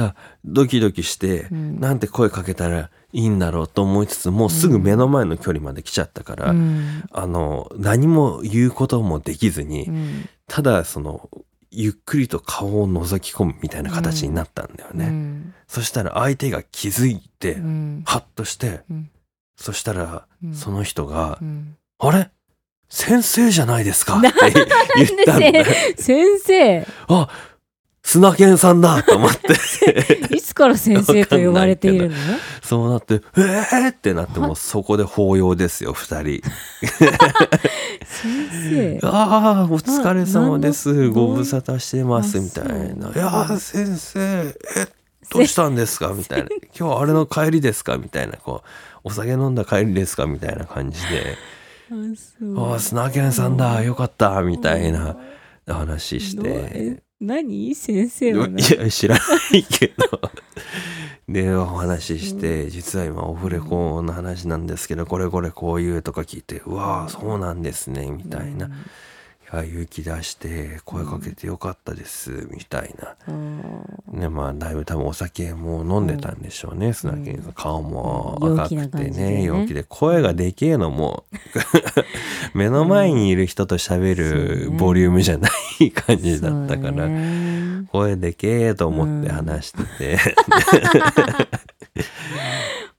Speaker 1: ドキドキして
Speaker 2: うん
Speaker 1: なんて声かけたらいいんだろうと思いつつもうすぐ目の前の距離まで来ちゃったから、
Speaker 2: うん
Speaker 1: あの、何も言うこともできず
Speaker 2: う
Speaker 1: に、
Speaker 2: ん
Speaker 1: ただその、ゆっくりと顔を覗き込むみたいな形になったんだよね。
Speaker 2: うん
Speaker 1: そしたら相手が気づいて、
Speaker 2: うん
Speaker 1: ハッとして、
Speaker 2: うん
Speaker 1: そしたら
Speaker 2: うん
Speaker 1: その人が
Speaker 2: う、ん
Speaker 1: あれ先生じゃないですかって言ったんだよ。
Speaker 2: 先生
Speaker 1: あ砂犬さんだと思って、
Speaker 2: いつから先生と呼ばれているの
Speaker 1: そうなって、えーってなって、もうそこで抱擁ですよ、二人。
Speaker 2: 先生
Speaker 1: ああ、お疲れ様で
Speaker 2: な
Speaker 1: す。
Speaker 2: なんの
Speaker 1: ご無沙汰してます。
Speaker 2: あ
Speaker 1: みたいな。
Speaker 2: そう
Speaker 1: いやー、先生、え、どうしたんですかみ たいな。今日あれの帰りですかみたいな。こう、お酒飲んだ帰りですかみたいな感じで。
Speaker 2: あそう
Speaker 1: ああ、スナーケンさんだ。よかった。みたいな話し
Speaker 2: どうえ
Speaker 1: て。
Speaker 2: 何先生
Speaker 1: い
Speaker 2: は何
Speaker 1: や、知らないけど。で、お話しして、実は今、オフレコの話なんですけど、これこれこういうとか聞いて、うわあ、そうなんですね。みたいな。いや勇気出して声かけてよかったです、みたいな。
Speaker 2: うん
Speaker 1: ね、まあ、だいぶ多分お酒も飲んでたんでしょうね、砂犬さん。顔も
Speaker 2: うん
Speaker 1: 赤く
Speaker 2: 陽気な感
Speaker 1: て
Speaker 2: じで
Speaker 1: ね、
Speaker 2: ね
Speaker 1: 陽気で。声がでけえ のも、目の前にいる人と喋る
Speaker 2: うん
Speaker 1: ボリュームじゃない感じだった
Speaker 2: そ
Speaker 1: か
Speaker 2: うだ
Speaker 1: ら、
Speaker 2: ね
Speaker 1: 声でけえと思って話して て、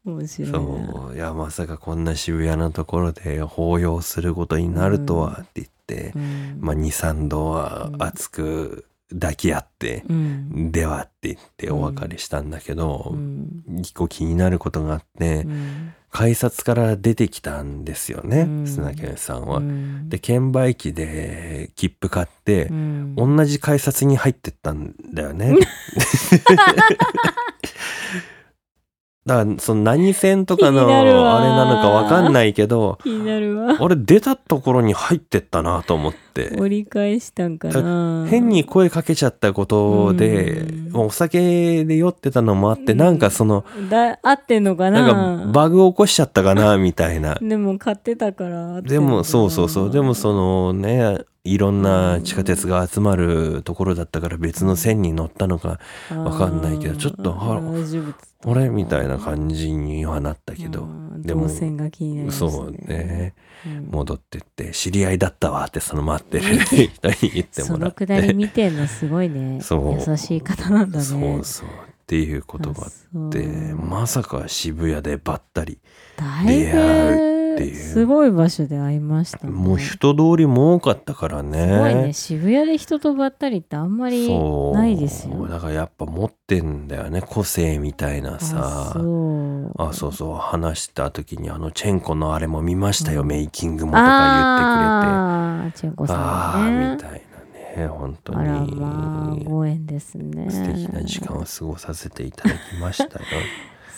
Speaker 2: 面白いな
Speaker 1: そう、いや、まさかこんな渋谷のところで抱擁することになるとはって言って、
Speaker 2: うん
Speaker 1: まあ、2、3度は熱く抱き合って、
Speaker 2: うん
Speaker 1: ではって言ってお別れしたんだけど
Speaker 2: う、ん
Speaker 1: 一個気になることがあって、
Speaker 2: うん
Speaker 1: 改札から出てきたんですよね、
Speaker 2: うん
Speaker 1: 砂犬さん
Speaker 2: う
Speaker 1: は。
Speaker 2: ん
Speaker 1: で、券売機で切符買って
Speaker 2: う、ん
Speaker 1: 同じ改札に入ってったんだ よね。だから、その何線とかの
Speaker 2: 気に
Speaker 1: あ
Speaker 2: な
Speaker 1: れ
Speaker 2: るわ
Speaker 1: なのかわかんないけど、
Speaker 2: 気になるわ
Speaker 1: あれ出たところに入ってったなと思って。
Speaker 2: 折り返したんかな
Speaker 1: 変に声かけちゃったことで、
Speaker 2: うん
Speaker 1: もうお酒で酔ってたのもあって、
Speaker 2: うん
Speaker 1: なんかその、
Speaker 2: だ合ってんのかな
Speaker 1: なんかバグ起こしちゃったかな、みたいな。
Speaker 2: でも買ってたから合ってんのかな
Speaker 1: でも、そうそうそう。でもそのね、いろんな地下鉄が集まるところだったから別の線に乗ったのか、わかんないけどちょっとは
Speaker 2: あー大丈夫
Speaker 1: 俺みたいな感じにはなったけど。で
Speaker 2: で
Speaker 1: も
Speaker 2: も線が気になりますね
Speaker 1: そうね。
Speaker 2: うん
Speaker 1: 戻ってって、知り合いだったわって、その待ってる人に言って
Speaker 2: そ
Speaker 1: もら
Speaker 2: の
Speaker 1: って。
Speaker 2: くだり見てんのすごいね
Speaker 1: そう
Speaker 2: 優しい方なんだね
Speaker 1: そうそう。っていうことがあ
Speaker 2: あ
Speaker 1: って、
Speaker 2: そう
Speaker 1: まさか渋谷でばったり。
Speaker 2: だ
Speaker 1: 出会うって
Speaker 2: いぶ
Speaker 1: いう
Speaker 2: すごい場所で会いましたね
Speaker 1: もう人通りも多かったからね。
Speaker 2: すごいね渋谷で人とばったりってあんまり
Speaker 1: そう
Speaker 2: ないですよ
Speaker 1: だからやっぱ持ってんだよね個性みたいな
Speaker 2: あ
Speaker 1: さ
Speaker 2: そう
Speaker 1: あそうそう話した時にあのチェンコのあれも見ましたよ、
Speaker 2: うん
Speaker 1: メイキングもと
Speaker 2: あ
Speaker 1: か
Speaker 2: あーチェンコ
Speaker 1: 言ってくれて
Speaker 2: さ
Speaker 1: あ
Speaker 2: ん
Speaker 1: ー
Speaker 2: ね
Speaker 1: みたいなね本当
Speaker 2: あらまあ
Speaker 1: に
Speaker 2: ご縁ですね
Speaker 1: 素敵な時間を過ごさせていただきましたよ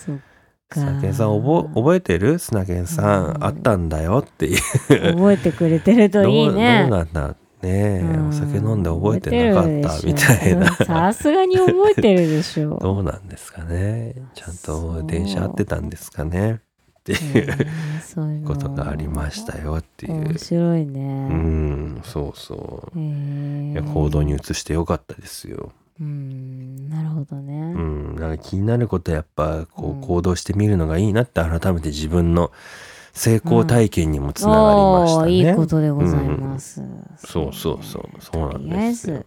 Speaker 2: そっか
Speaker 1: 砂犬さん覚覚えてる砂犬さん、
Speaker 2: うん
Speaker 1: あったんだよっていう
Speaker 2: 覚えてくれてると
Speaker 1: どう
Speaker 2: いいね
Speaker 1: どうなんだねえ、
Speaker 2: うん
Speaker 1: お酒飲んで覚えてなかったみたい
Speaker 2: 覚えてるでしょさ
Speaker 1: な
Speaker 2: すがに覚えてるでし ょ
Speaker 1: どうなんですかねちゃん
Speaker 2: そう
Speaker 1: と電車合ってたんですかねって
Speaker 2: ね
Speaker 1: いう
Speaker 2: えそういうの
Speaker 1: ことがありましたよっていう
Speaker 2: 面白いうね、
Speaker 1: んそうそう
Speaker 2: へえ
Speaker 1: いや行動に移してよかったですよ
Speaker 2: うんなるほどね、
Speaker 1: うん、なんか気になることはやっぱこ
Speaker 2: うん
Speaker 1: う行動してみるのがいいなって改めて自分の成功体験にもつながりましたね。
Speaker 2: おーいいことでございます、
Speaker 1: そうそうそうそうな
Speaker 2: と
Speaker 1: ん
Speaker 2: りあえ
Speaker 1: ですよ
Speaker 2: ず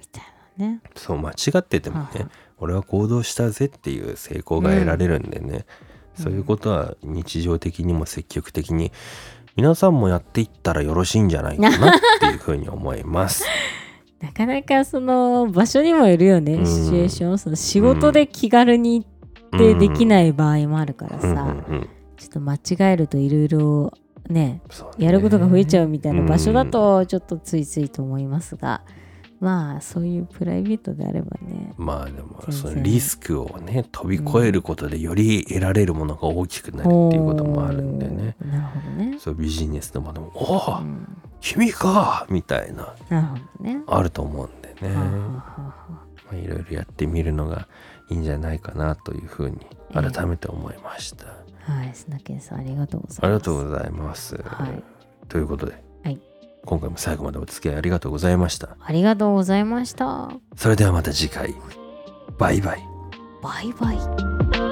Speaker 2: みたいなね
Speaker 1: そう間違ってても
Speaker 2: はあ
Speaker 1: ね
Speaker 2: は
Speaker 1: 俺は行動したぜっていう成功が得られるんでね、
Speaker 2: うん
Speaker 1: そういうことは日常的にも積極的に皆さんもやっていったらよろしいんじゃないかなっていうふうに思います。
Speaker 2: なかなかその場所にもよるよね、
Speaker 1: うん
Speaker 2: シチュエーションその仕事で気軽に行って でき
Speaker 1: い
Speaker 2: ない場合もあるからさ、
Speaker 1: うんうん
Speaker 2: ちょっと間違えるといろいろね
Speaker 1: そうね
Speaker 2: やることが増えちゃうみたいな場所だ
Speaker 1: うん
Speaker 2: とちょっとついついと思いますが、まあそういうプライベートであればね
Speaker 1: まあでも
Speaker 2: 全然
Speaker 1: そのリスクをね飛び越えることでより得られるものが大きくなるっていうこともあるんでね
Speaker 2: おーなるほどね、
Speaker 1: そうビジネスのものも「お
Speaker 2: う
Speaker 1: お
Speaker 2: ん
Speaker 1: 君か!」みたいな
Speaker 2: なるほどね、
Speaker 1: あると思うんでね
Speaker 2: はあは
Speaker 1: ま
Speaker 2: あはあ
Speaker 1: あいろいろやってみるのがいいんじゃないかなというふうに改めて思いました。
Speaker 2: はい、スナケンさんありがとうございます。
Speaker 1: ありがとうございます。
Speaker 2: はい
Speaker 1: ということで、
Speaker 2: はい
Speaker 1: 今回も最後までお付き合いありがとうございました。
Speaker 2: ありがとうございました。
Speaker 1: それではまた次回バイバイ。
Speaker 2: バイバイ。